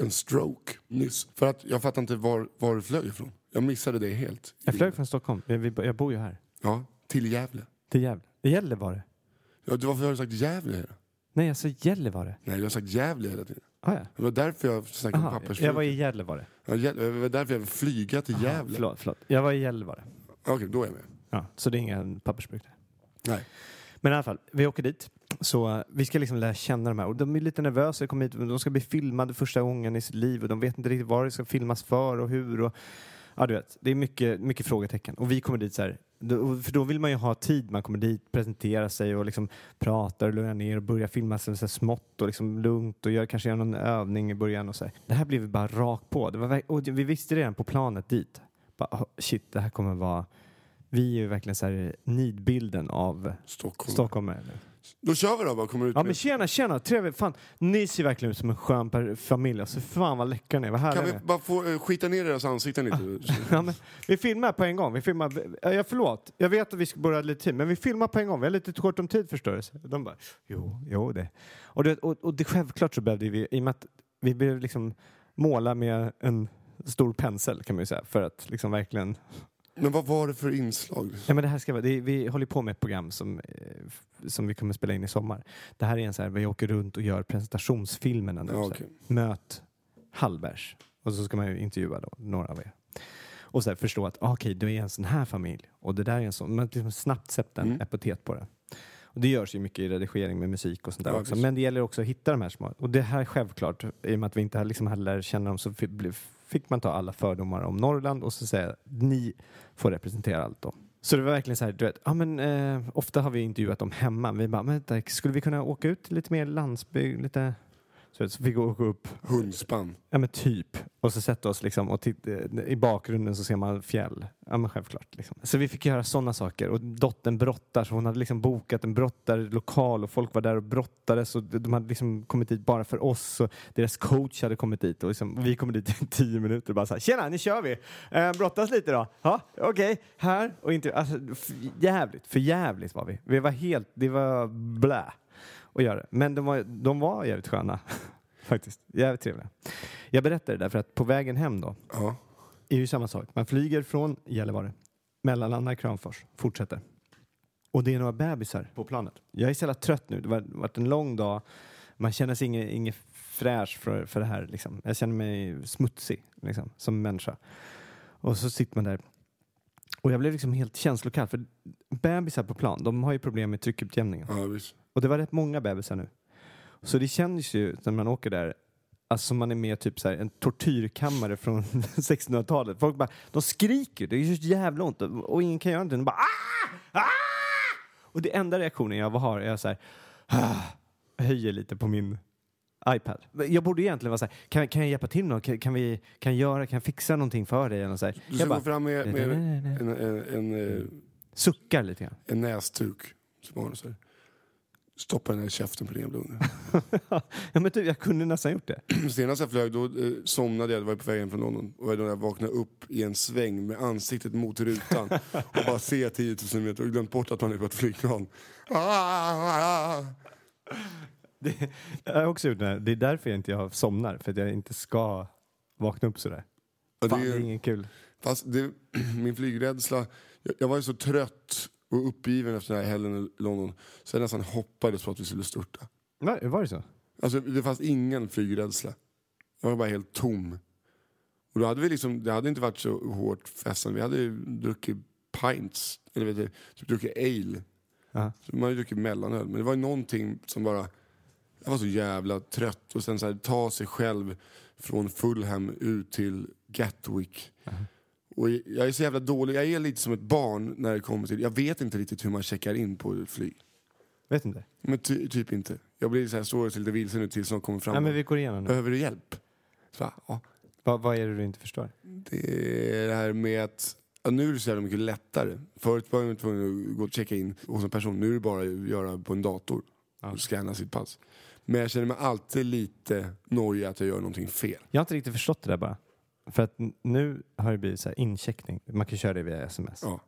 en stroke nyss. För att jag fattar inte var, var du flög ifrån. Jag missade det helt. Jag flög från Stockholm, jag, vi- jag bor ju här. Ja, till Gävle. Till Gävle. Gällivare? Ja, du- varför har du sagt Gävle? hela? Nej, alltså Gällivare. Nej, du har sagt Gävle hela tiden. Ah, ja. Det var därför jag snackade om Aha, pappersbruk. jag var i Gällivare. Ja, Gävle- det var därför jag vill flyga till Gävle. Förlåt, förlåt. Jag var i Gällivare. Okej, då är jag med. Ja, så det är ingen pappersbruk där. Nej. Men i alla fall, vi åker dit. Så eh, vi ska liksom lära känna de här. Och de är lite nervösa. De, kommer hit, de ska bli filmade första gången i sitt liv och de vet inte riktigt vad det ska filmas för och hur. Och, ja, du vet. Det är mycket, mycket frågetecken. Och vi kommer dit så här. då- För då vill man ju ha tid. Man kommer dit, presenterar sig och liksom pratar och lugnar ner och börjar filma sig så här smått och liksom lugnt och gör, kanske gör någon övning i början och så här. Det här blev vi bara rakt på. Det var, verk- och vi visste redan på planet dit. Bara, oh, shit, det här kommer vara... Vi är ju verkligen så här nidbilden av Stockholm. stockholmare. eller? Då kör vi då. Vad kommer du ut Ja med? men tjena, tjena, trevligt. Fan, ni ser verkligen ut som en skön per- familj. Alltså, fan vad läckra ni är, vad härliga Kan ni vi är. bara få eh, skita ner deras ansikten lite? Ja, men, vi filmar på en gång. Vi filmar, ja, jag, förlåt, jag vet att vi ska börja lite tid, men vi filmar på en gång. Vi har lite kort om tid förstår du. De bara, jo, jo det. Och det, och, och det självklart så behövde vi, i och med att vi behövde liksom måla med en stor pensel kan man ju säga, för att liksom verkligen Men vad var det för inslag? Ja, men det här ska vara, det är, vi håller på med ett program som, eh, f- som vi kommer spela in i sommar. Det här är en så här, vi åker runt och gör presentationsfilmerna nu. Ja, så här. okej. Möt Hallbergs. Och så ska man ju intervjua då, några av er. Och så här, förstå att ah, okej, du är en sån här familj och det där är en sån. Man liksom snabbt sätta en Mm. epitet på det. Och det görs ju mycket i redigering med musik och sånt där Ja, också. visst. Men det gäller också att hitta de här små. Och det här självklart, i och med att vi inte liksom hade lärt känna dem så fi- blev- fick man ta alla fördomar om Norrland och så säga ni får representera allt då. Så det var verkligen så här, du vet, ja men eh, ofta har vi intervjuat dem hemma. Vi bara, men vänta, skulle vi kunna åka ut till lite mer landsbygd, lite... Så, vet, så fick vi åka upp, Hundspann. ja men typ, och så sätta oss liksom och titta, i bakgrunden så ser man fjäll. Ja men självklart. Liksom. Så vi fick göra sådana saker och dottern brottar, så hon hade liksom bokat en brottarlokal och folk var där och brottades och de hade liksom kommit dit bara för oss och deras coach hade kommit dit och liksom, vi kom dit i tio minuter och bara så här, tjena nu kör vi! Eh, brottas lite då? Ja, okej, här och inte, alltså f- jävligt, för jävligt var vi. Vi var helt, det var blä att göra det. Men de var, de var jävligt sköna. Faktiskt. Jävligt trevliga. Jag berättar det därför att på vägen hem då Ja. är ju samma sak. Man flyger från Gällivare, mellanlandar i Kramfors, fortsätter. Och det är några bebisar på planet. Jag är så jävla trött nu. Det har varit en lång dag. Man känner sig inget, inget fräsch för, för det här. Liksom. Jag känner mig smutsig liksom, som människa. Och så sitter man där. Och jag blev liksom helt känslokall. För bebisar på plan, de har ju problem med tryckutjämningen. Ja, visst. Och det var rätt många bebisar nu. Så det känns ju när man åker där Alltså som man är med i typ så här, en tortyrkammare från 1600-talet. Folk bara, de skriker, det gör så jävla ont och, och ingen kan göra någonting. De bara ah! ah! Och det enda reaktionen jag har är så här, ah! höjer lite på min iPad. Jag borde egentligen vara så här, kan, kan jag hjälpa till något? Kan, kan, vi, kan jag göra, kan jag fixa någonting för dig? Eller så här. Du ska Jag bara gå fram med, med en, en, en, eh, suckar lite grann. en näsduk. som har så här. Stoppa den här i käften på din jävla unge. ja, men typ, jag kunde nästan gjort det. Senast jag flög då eh, somnade jag, det var på väg hem från London. Och då jag vaknade upp i en sväng med ansiktet mot rutan och bara ser 10 000 meter och glömt bort att man är på ett flygplan. Ah, det jag har också gjort det. Här. Det är därför jag inte jag somnar, för att jag inte ska vakna upp sådär. Ja, det Fan, är det ju- är ingen kul. Fast det, min flygrädsla... Jag, jag var ju så trött och uppgiven efter den här helgen i London så jag nästan hoppades på att vi skulle störta. Nej, var det så? Alltså, det fanns ingen flygrädsla. Jag var bara helt tom. Och då hade vi liksom, det hade inte varit så hårt festen. Vi hade ju druckit pints, eller vet du, typ druckit ale. Ja. Så man hade ju druckit mellanöl. Men det var ju någonting som bara... Jag var så jävla trött. Och sen så här, ta sig själv från Fulham ut till Gatwick. Och jag är så jävla dålig. Jag är lite som ett barn när det kommer till... Jag vet inte riktigt hur man checkar in på ett flyg. Vet inte. Men ty, typ inte. Jag blir så här, står lite vilsen nu tills någon kommer fram. Nej, men vi går igenom nu. Behöver du hjälp? Så, bara, ja, Vad, vad är det du inte förstår? det är det här med att ja, nu är det så jävla mycket lättare. Förut var man tvungen att gå och checka in hos en person. Nu är det bara att göra på en dator och scanna sitt pass. Men jag känner mig alltid lite nojig att jag gör någonting fel. Jag har inte riktigt förstått det där bara. För att n- nu har det blivit så här incheckning. Man kan köra det via sms. Ja,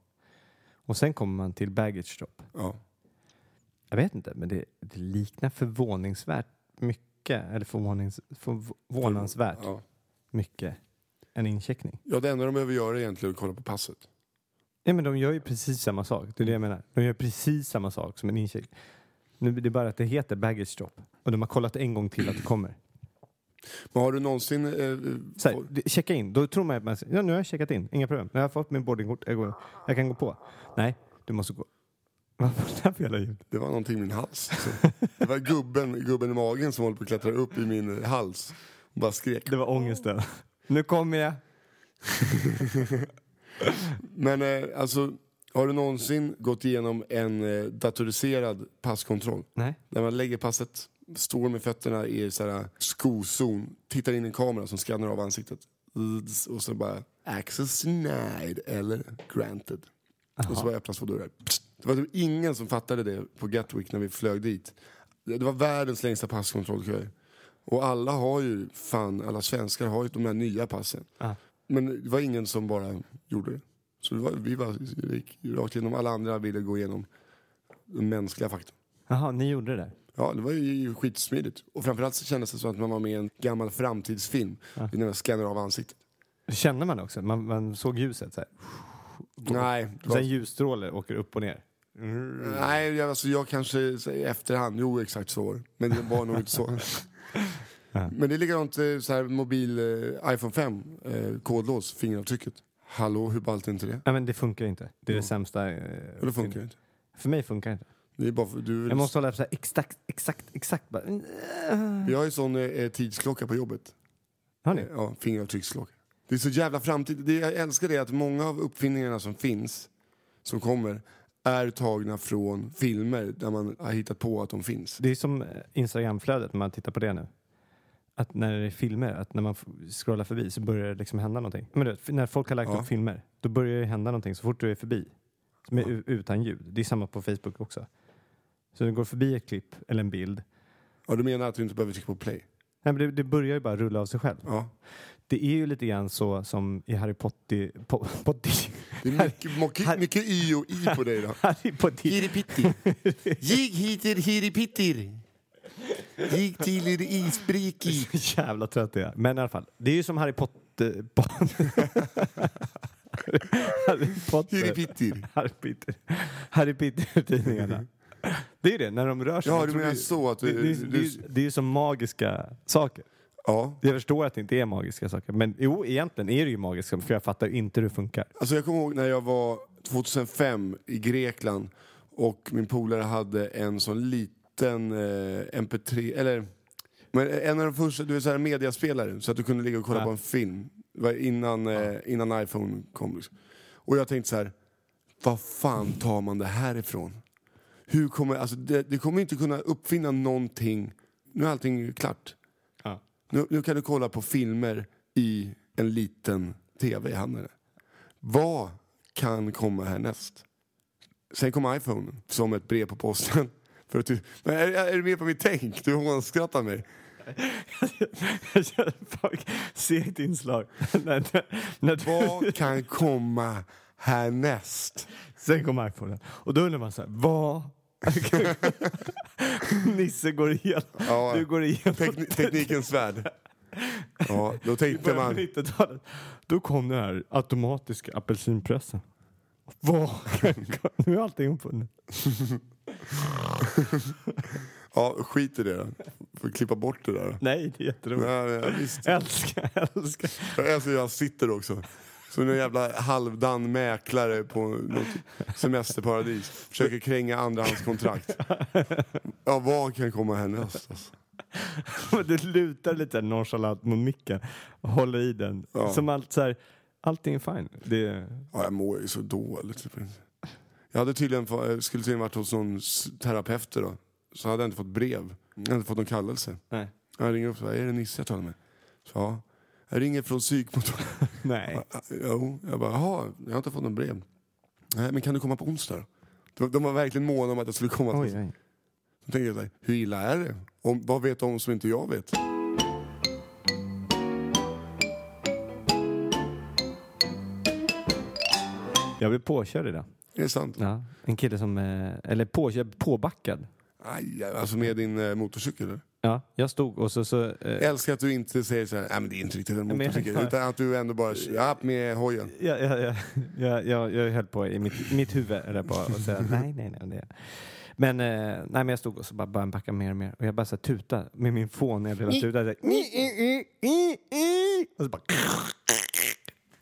Och sen kommer man till baggage drop. ja. Jag vet inte, men det, det liknar förvåningsvärt mycket, eller förvånings, förvånansvärt Ja. mycket, en incheckning. ja, det enda de behöver göra är egentligen att kolla på passet. Nej men de gör ju precis samma sak. Det är det jag menar. De gör precis samma sak som en incheck. Nu, det är bara att det heter baggage drop. Och de har kollat en gång till att det kommer. Men har du någonsin... Eh, Så här, får- det- checka in. Då tror man att man säger, ja, nu har jag checkat in. Inga problem. Nu har jag fått min boardingkort. Jag, går, jag kan gå på. Nej, du måste gå. Vad var det där för jävla ljud? det var någonting i min hals. Det var gubben, gubben i magen som håller på att klättra upp i min hals. Och bara skrek. Det var ångesten. Nu kommer jag. Men eh, alltså, har du någonsin gått igenom en eh, datoriserad passkontroll? Nej. När man lägger passet, står med fötterna i så här, skozon, tittar in i en kamera som skannar av ansiktet. Zz, Och så bara, access denied eller granted. Och så bara öppnas två dörrar. Pst. Det var typ ingen som fattade det på Gatwick när vi flög dit. Det det var världens längsta passkontrollkö. Och alla har ju, fan, alla svenskar har ju de här nya passen. Men det var ingen som bara gjorde det. Så det var, vi bara gick rakt igenom. Alla andra ville gå igenom den mänskliga faktorn. Jaha, ni gjorde det där. Ja, det var ju skitsmidigt. Och framförallt så kändes det som att man var med i en gammal framtidsfilm. När man skannar av ansiktet. Det känner man också. Man, man såg ljuset så här. Nej, det Sen var, ljusstrålar åker upp och ner. nej jag, alltså jag kanske så här i efterhand, jo exakt så var det. Men det var nog inte så. Men det är likadant eh, så här mobil, eh, iPhone 5, eh, kodlås, fingeravtrycket. Hallå, hur ballt är inte det? Nej men det funkar inte. Det är det sämsta. eh, Och Mm. det funkar ju inte. För mig funkar det inte. Det är bara för, du, Jag måste hålla så här exakt, exakt, exakt. Bara, "Äh." Vi har ju sån eh, tidsklocka på jobbet. hör ni? Ja, fingeravtrycksklocka. Det är så jävla framtid. Det jag älskar det att många av uppfinningarna som finns, som kommer, är tagna från filmer där man har hittat på att de finns. Det är som eh, Instagramflödet när man tittar på det nu. Att när det är filmer, att när man f- scrollar förbi så börjar det liksom hända någonting. Men du, vet, när folk har lagt Ja. upp filmer, då börjar det hända någonting så fort du är förbi. Som är u- utan ljud. Det är samma på Facebook också. Så du går förbi ett klipp eller en bild. Ja, du menar att du inte behöver trycka på play? Nej, men det, det börjar ju bara rulla av sig själv. Ja. Det är ju lite grann så som i Harry Potter... Po, Potter Det är mycket, mycket, mycket y och i på dig idag. Harry Potter. Hiripitti. Jig hiter hiripittir. Jig till er isbriki. Jävla trött är jag. Men i alla fall, det är ju som Harry Potter... Harry Potter. Hiripittir. Harry Pitter. Harry Pitter-tidningarna. Det är ju det, när de rör sig. Ja, Jag du tror menar det- så att det, du- det, det, du- det, är- det är ju som magiska saker. Ja. Jag förstår att det inte är magiska saker, men jo, egentligen är det ju magiska för jag fattar ju inte hur det funkar. Alltså jag kommer ihåg när jag var 2005 i Grekland och min polare hade en sån liten eh, MP3, eller men en av de första, du vet såhär mediaspelare, så att du kunde ligga och kolla Ja. på en film. Det var innan, eh, innan iPhone kom. Liksom. Och jag tänkte så här: vad fan tar man det här ifrån? Hur kommer, alltså det, du kommer inte kunna uppfinna någonting, nu är allting klart. Ja. Nu, nu kan du kolla på filmer i en liten tv i handen. Vad kan komma härnäst? Sen kom iPhone som ett brev på posten. För att du, men är, är du med på mitt tänk? Du hånskrattar mig. Segt inslag. när, när du, Vad kan komma härnäst? sen kom iPhonen. Och då undrar man så här, vad... Nisse går igenom. Ja. Du går igenom. Tekni, teknikens värld. Ja, då tänkte början på man... 90-talet. Då kom den här automatiska apelsinpressen. Vad? nu är allting uppfunnet. Ja, skit i det då. Får klippa bort det där. då. Nej, det är jätteroligt. Ja, ja, visst. Älskar, älskar. Jag älskar hur han sitter också. Som en jävla halvdan mäklare på något semesterparadis. Försöker kränga andrahandskontrakt. Ja, vad kan komma härnäst? Alltså? Men Du lutar lite så här nonchalant mot micken och håller i den. Ja. Som allt så här, allting är fine. Det, Ja, jag mår ju så dåligt. typ. Jag hade tydligen, fa- eh, skulle tydligen varit hos någon s- terapeut då. Så hade jag inte fått brev. Jag hade inte fått någon kallelse. nej. Jag ringer upp och säger, är det Nisse jag talar med? Så, ja. Jag ringer från psykmotorn. nej. Ja, Jo, jag bara, jaha, jag har inte fått någon brev. Nej, men kan du komma på onsdag då? De- De var verkligen måna om att jag skulle komma. på Oj, onsdag. oj. Då tänkte jag så här, hur illa är det? Om, vad vet de som inte jag vet? Jag blev påkörd idag. Är det sant? Ja. En kille som, eh, eller påkörd, påbackad. Aj, alltså med din eh, motorcykel? Eller? Ja, jag stod och så... så eh, Jag älskar att du inte säger så här, nej men det är inte riktigt en men jag- motorcykel. Utan att du ändå bara, ja, med hojen. Ja, ja, ja, ja, jag, jag höll på i mitt, mitt huvud eller på att säga nej, nej, nej. Det. Men, eh, nej, men jag stod och så bara började backa mer och mer och jag bara så här, tuta med min fån när jag redan tutade. Så här, "Ni, i, i, i, i." Och så bara...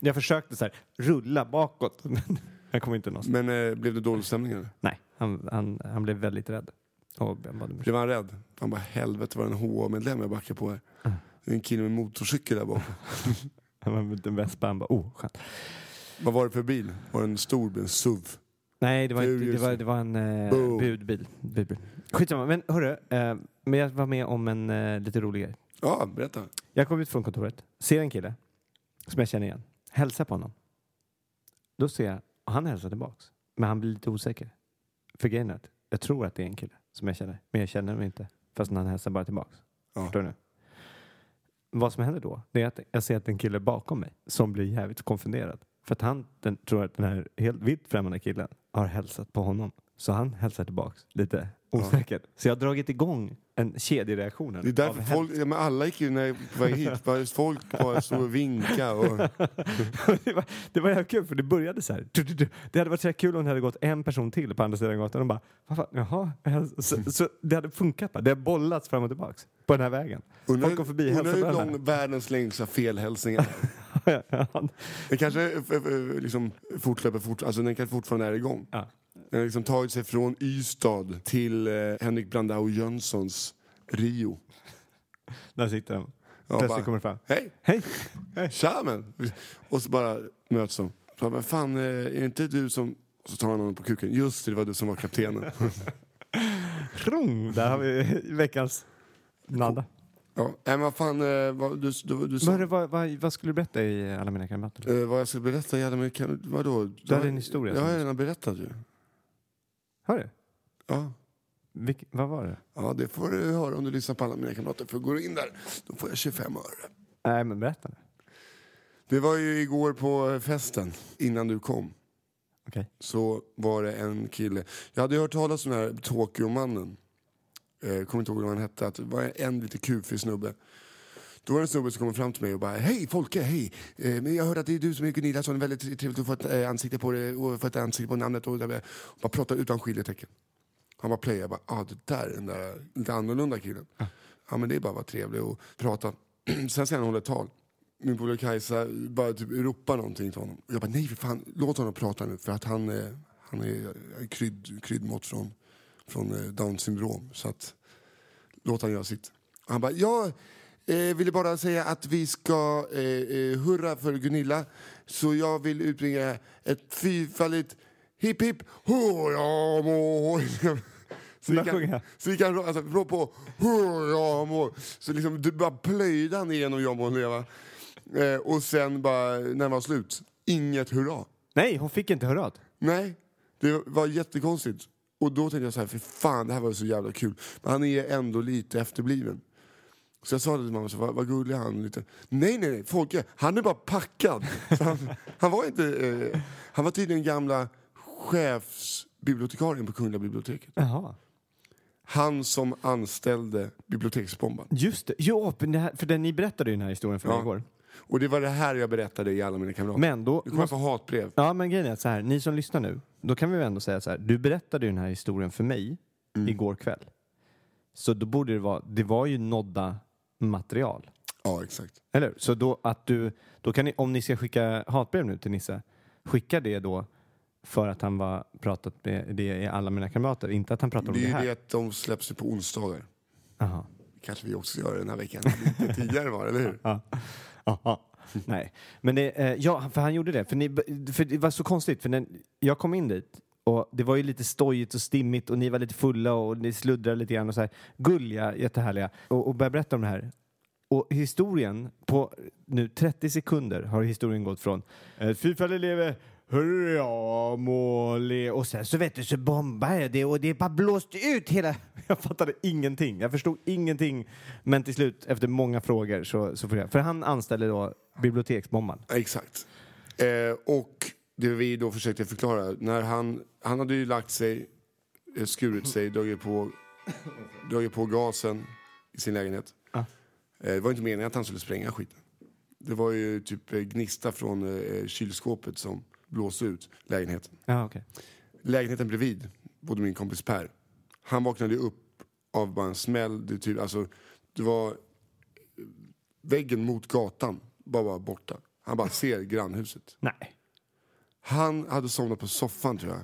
Jag försökte så här, rulla bakåt men jag kom inte någonstans. Men eh, blev det dålig stämning eller? Nej, han, han, han blev väldigt rädd. Och jag bad om ursäkt. Blev han rädd? Han bara, helvete var det en HA-medlem jag backar på här. Det är en kille med motorcykel där bakom. Han var en liten vespa, han bara oh, skönt. Vad var det för bil? Var det en stor bil? En SUV? Nej, det var, inte, det var, det var en eh, Boom. budbil. budbil. Skitsamma, men hörru, eh, men jag var med om en eh, lite rolig grej. Ja, berätta. Jag kom ut från kontoret, ser en kille som jag känner igen, hälsar på honom. Då ser jag, och han hälsar tillbaks, men han blir lite osäker. För grejen är att jag tror att det är en kille som jag känner, men jag känner honom inte. Fast han hälsar bara tillbaks. Ja. Förstår du nu? Vad som händer då, det är att jag ser att det är en kille bakom mig som blir jävligt konfunderad. För att han den, tror att den här helt vitt främmande killen har hälsat på honom. Så han hälsar tillbaks lite osäkert. Så jag har dragit igång en kedjereaktion. Det är därför folk, ja, men alla gick ju när jag var hit, bara folk bara stod och vinkade. Och, det, var, det var jävligt kul för det började så här. Du, du, du. Det hade varit så här kul om det hade gått en person till på andra sidan gatan och bara, vad fan, jaha. Så, så det hade funkat bara. Det har bollats fram och tillbaks på den här vägen. folk går förbi och undrar hälsar på hur den lång världens längsta felhälsning är. här. Ja, han- Det kanske eh, eh, liksom, fortlöper fort, alltså den kanske fortfarande är igång. Ja. Den har liksom tagit sig från Ystad till eh, Henrik Brandao Jönssons Rio. Där sitter de. Ja, Plötsligt bara- kommer det fram. Hej! Hej! Tja men! Och så bara möts de. Så, men fan, eh, är det inte du som... Och så tar han honom på kuken. Just det, det var du som var kaptenen. Krung! Där har vi veckans nada. ja. Nej men vad fan, eh, vad, du, du, du sa... Vad, vad, vad, vad skulle du berätta i alla mina kamrater? Eh, vad jag ska berätta? Jävlar, men kan, vadå? Du hade en historia Jag som- har redan berättat ju. Hör du? Ja. Vilk, vad var det? ja, det får du höra om du lyssnar på alla mina kamrater. För går du in där, då får jag 25 öre. Nej, men berätta nu. Det var ju igår på festen, innan du kom. Okej. Så var det en kille. Jag hade ju hört talas om den här Tokyo-mannen. Eh, kommer inte ihåg vad han hette. Att det var en lite kufig snubbe. Då var det en snubbe som kom fram till mig och bara Hej Folke, hej! Eh, men jag hörde att det är du som är Gunilla, väldigt trevligt att få ett eh, ansikte på det och få ett ansikte på namnet och, och bara prata utan skiljetecken. Han bara playade, jag bara, ah, det där är den där lite annorlunda killen. Ja. men det är bara att vara trevlig och prata. Sen ska han hålla ett tal. Min polare Kajsa bara typ ropa någonting till honom. Jag bara, nej för fan, låt honom prata nu för att han, eh, han är krydd, kryddmått från, från eh, down syndrom. Så att, låt han göra sitt. Han bara, jag eh, ville bara säga att vi ska eh, eh, hurra för Gunilla så jag vill utbringa ett fyrfaldigt hipp hipp hurra må hoj." Så Börja sjunga. så gick han alltså, rå på hurra må. Så liksom du bara plöjde han igenom jag må leva. Eh, och sen bara, när det var slut, inget hurra. Nej, hon fick inte hurrat. Nej, det var jättekonstigt. Och då tänkte jag så här, för fan det här var så jävla kul. Men han är ändå lite efterbliven. Så jag sa det till mamma, så, vad, vad gullig han är lite. Nej, nej, nej, Folke, han är bara packad. Så han, han var inte, eh, han var tydligen gamla chefsbibliotekarien på Kungliga biblioteket. Jaha. Han som anställde biblioteksbombaren. Just det. Jo, men det här, för den, ni berättade ju den här historien för mig Ja. igår. Och det var det här jag berättade i alla mina kamrater. Men då... Nu kommer jag få hatbrev. Ja, men grejen är att så här, ni som lyssnar nu, då kan vi väl ändå säga så här, du berättade ju den här historien för mig igår kväll. Så då borde det vara, det var ju nodda material. Ja, exakt. Eller hur? Så då att du, då kan ni, om ni ska skicka hatbrev nu till Nisse, skicka det då för att han var pratat med det i alla mina kamrater, inte att han pratade om Det det, är ju här. det att de släpps ju på onsdagar. Aha. kanske vi också ska göra den här veckan. Lite tidigare var det, eller hur? Ja. Aha. Nej, men det, eh, ja, för han gjorde det. För, ni, för det var så konstigt, för när jag kom in dit och det var ju lite stojigt och stimmigt och ni var lite fulla och ni sluddrade lite grann och så här gulliga, jättehärliga och, och började berätta om det här. Och historien, på nu 30 sekunder har historien gått från eh, Fyrfaldig leve, hurra må le och sen så vet du så bombade jag det och det bara blåste ut hela... Jag fattade ingenting, jag förstod ingenting. Men till slut, efter många frågor, så, så får jag... För han anställde då biblioteksbombaren. Ja, Exakt. Eh, och det vi då försökte förklara, när han, han hade ju lagt sig, eh, skurit sig, dragit på, dragit på gasen i sin lägenhet. Ja. Eh, det var inte meningen att han skulle spränga skiten. Det var ju typ eh, gnista från eh, kylskåpet som blåste ut lägenheten. Ja, okej. lägenheten bredvid bodde min kompis Per. Han vaknade ju upp av bara en smäll. Det, typ, alltså, det var väggen mot gatan, bara, bara borta. Han bara ser grannhuset. Nej. Han hade somnat på soffan tror jag.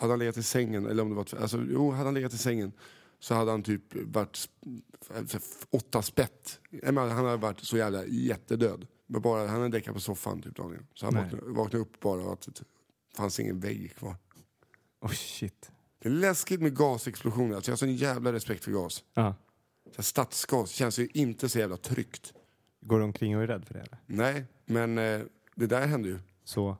Hade han legat i sängen, eller om det var... tv- Alltså, jo, hade han legat i sängen så hade han typ varit sp- f- f- åtta spett. Nej, men Han hade varit så jävla jättedöd. Men bara, han hade däckat på soffan typ dagen innan. Så han Nej. vaknade, vaknade upp bara och att det fanns ingen vägg kvar. Oh shit. Det är läskigt med gasexplosioner. Alltså jag har sån jävla respekt för gas. Ja. Så här, Stadsgas känns ju inte så jävla tryggt. Går du omkring och är rädd för det? Eller? Nej, men eh, det där hände ju. Så.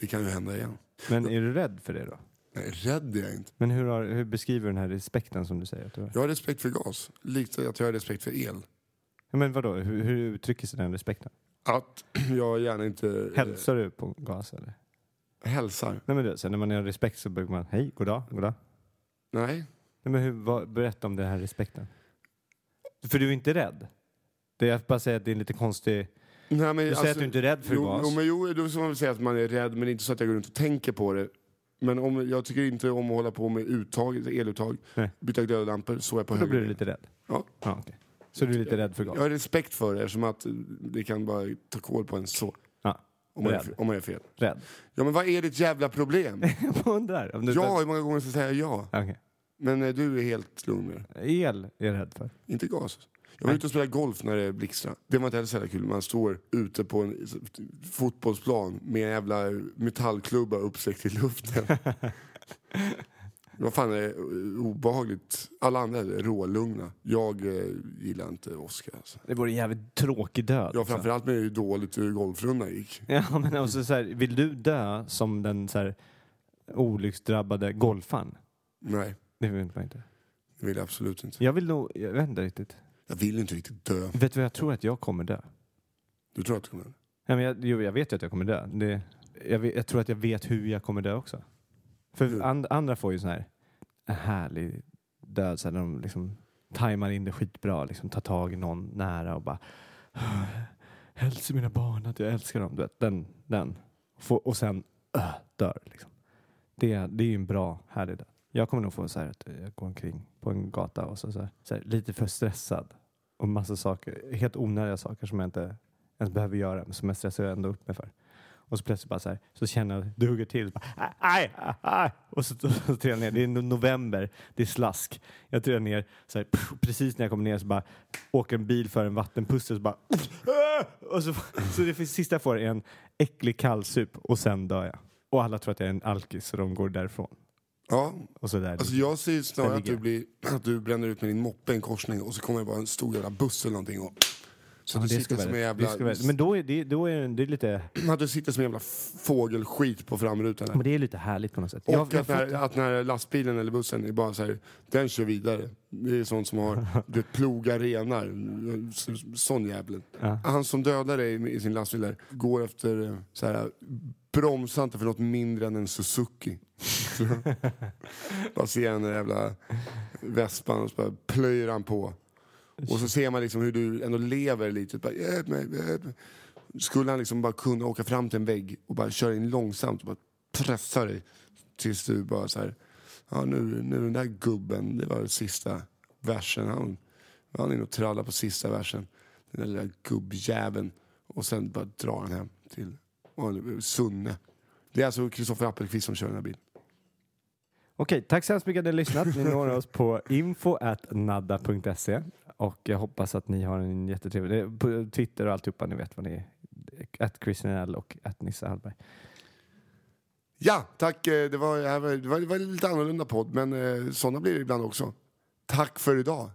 Det kan ju hända igen. Men är du rädd för det då? Nej, rädd är jag inte. Men hur, har, hur beskriver du den här respekten som du säger att du har? Jag har respekt för gas, likt att jag har respekt för el. Ja, men vadå, hur, hur uttrycker sig den respekten? Att jag gärna inte eh, Hälsar du på gas eller? hälsar. Nej men du, sen när man har respekt så brukar man, hej, goddag, goddag. Nej, Nej, men hur, vad, berätta om den här respekten. För du är inte rädd? Det jag bara säger att det är en lite konstig... Nej, men, alltså, Du säger att du inte är rädd för jo, gas. Jo, men jo, då ska man väl säga att man är rädd, men det är inte så att jag går runt och tänker på det. Men om, jag tycker inte om att hålla på med uttag, eluttag, Nej. byta glödlampor, så är jag på Då höger blir du ben. lite rädd? Ja. ja okej. Så du är lite rädd för gas? Jag har respekt för det eftersom att det kan bara ta kål på en så. Ja. Om man, Rädd. är, om man är fel. Rädd? Ja men vad är ditt jävla problem? Jag bara undrar. Om du ja, hur många gånger ska jag säga ja? Ja, okej. Men eh, du är helt lugn med det. El är jag rädd för. Inte gas. Jag var ute och spelade golf när det blixtrade. Det var inte heller så jävla kul. Man står ute på en fotbollsplan med en jävla metallklubba uppsträckt i luften. Vad fan är det? eh, obehagligt? Alla andra är rålugna. Jag eh, gillar inte Oscar. Alltså. Det vore en jävligt tråkig död. Ja, alltså. framförallt med hur dåligt hur golfrundan gick. Ja, men också så här, vill du dö som den så här, olycksdrabbade golfaren? Nej, Det vill man inte. det vill jag absolut inte. Jag vill nog, jag vet inte riktigt. Jag vill inte riktigt dö. Vet du vad jag tror att jag kommer dö? Du tror att du kommer... Ja, men jag, jo, jag vet ju att jag kommer dö. Det, jag, vet, jag tror att jag vet hur jag kommer dö också. För Hur? and, andra får ju sån här en härlig död, så här, när de liksom tajmar in det skitbra, liksom tar tag i någon nära och bara hälsa mina barn att jag älskar dem. Du vet, den, den. Få, och sen öh, dör liksom. Det, det är ju en bra, härlig död. Jag kommer nog få så här att jag går omkring på en gata och så, så, här, så här, lite för stressad och massa saker, helt onödiga saker som jag inte ens behöver göra men som jag stressar ändå upp mig för. Och så plötsligt bara så här, så känner jag, det hugger till. Bara, aj, aj, aj. Och så, så trillar jag ner. Det är no- november, det är slask. Jag trillar ner, så här, pff, precis när jag kommer ner så bara åker en bil för en vattenpussel. Så bara, "Äh!" och så, så det sista jag får är en äcklig kallsup och sen dör jag. Och alla tror att jag är en alkis så de går därifrån. Ja, Och så där. alltså jag ser ju snarare Där att ligger du, blir, att du bränner ut med din moppe i en korsning och så kommer det bara en stor jävla buss eller någonting och... Så att det du sitter ska vara som en det. jävla... Det ska vara det. Men då är det, då är det, det är lite, Att du sitter som en jävla f- fågelskit på framrutan. men det är lite härligt på något sätt. Och Jag, jag att, när, får, att när lastbilen eller bussen är bara så här, den kör vidare. Det är sånt som har, du vet, plogar renar. S- Sån jävel. Han som dödar dig i sin lastbil där, går efter eh, så här, bromsar inte för något mindre än en Suzuki. bara ser han den jävla vespan och så bara plöjer han på. Och så ser man liksom hur du ändå lever lite. Bara, hjälp mig, hjälp mig. Skulle han liksom bara kunna åka fram till en vägg och bara köra in långsamt och bara pressa dig tills du bara så här, ja nu, nu den där gubben, det var sista versen. Han, han är inne och trallar på sista versen. Den där lilla gubbjäveln. Och sen bara drar han hem till och- Sunne. Det är alltså Kristoffer Appelqvist som kör den här bilen. Okej, tack så hemskt mycket att ni har lyssnat. Ni når oss på info.nadda.se och jag hoppas att ni har en jättetrevlig... det är På Twitter och alltihopa, ni vet vad ni är. Att Christian och att Nisse Hallberg. Ja, tack. eh, Det var, det här var, det var, det var en lite annorlunda podd, men eh, såna blir det ibland också. Tack för idag.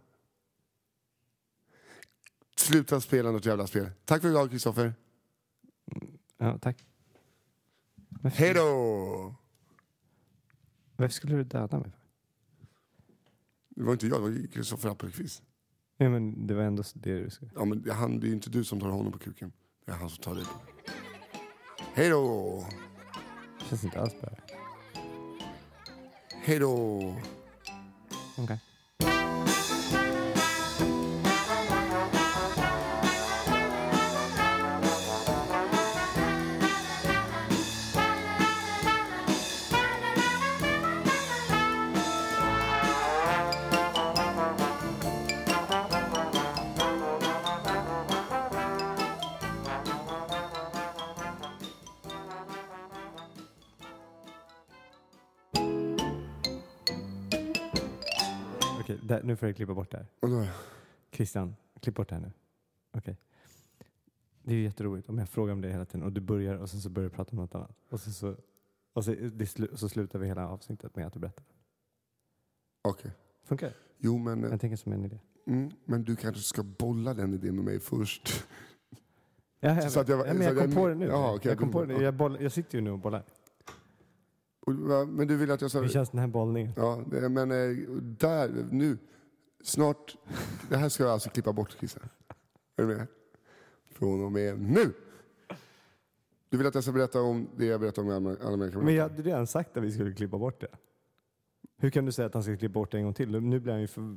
Sluta spela något jävla spel. Tack för idag, Kristoffer. Ja, tack. Varför, Hej då! varför skulle du döda mig? för? Det var inte jag, det var Kristoffer Appelqvist. Ja, men det var ändå det du skulle... Ja, men det- han, det är ju inte du som tar honom på kuken. Det är han som tar dig på. Hej då! Det känns inte alls bra. Hej då! Okej. Okej, där- nu får jag klippa bort det här. Och då, Christian, klipp bort det här nu. Okej. Det är ju jätteroligt om jag frågar om det hela tiden och du börjar och sen så börjar du prata om något annat. Och, sen så, och så, det slu, så slutar vi hela avsnittet med att du berättar. Okej. Funkar det? Jo, men, eh, Jag tänker som en idé. mm, men du kanske ska bolla den idén med mig först. Ja, jag, Så att jag var- ja, men så jag att kom jag- på det nu. Jaha, okej, jag kom du- på det nu. ja. Jag, boll, jag sitter ju nu och bollar. Och, va, men du vill att jag ska... Hur känns den här bollningen? Ja, det- men eh, där, nu, snart. Det här ska jag alltså klippa bort, Christian. Är du med? Från och med nu! Du vill att jag ska berätta om det jag berättade om med alla- alla mina Men kamrater? jag hade redan sagt att vi skulle klippa bort det. Hur kan du säga att han ska klippa bort det en gång till? Nu blir han ju för...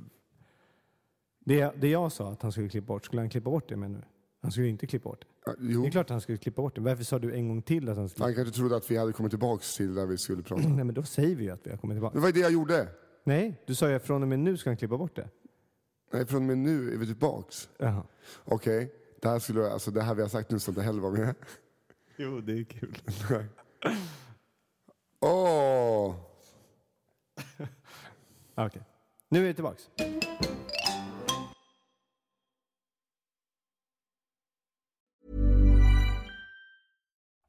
Det, jag- det jag sa att han skulle klippa bort, skulle han klippa bort det menar du? Han skulle inte klippa bort det. Ja, jo, Det är klart att han skulle klippa bort det. Varför sa du en gång till att han skulle... han kanske trodde att vi hade kommit tillbaks till där vi skulle prata. Nej, men då säger vi ju att vi har kommit Det tillbaka. var ju det jag gjorde. Nej, du sa ju att från och med nu ska han klippa bort det. Nej, från och med nu är vi tillbaks. Jaha. Okej, det här skulle jag- alltså det här vi har sagt nu ska inte heller vara med. Jo, det är kul. Åh! Okej. Nu är vi tillbaks.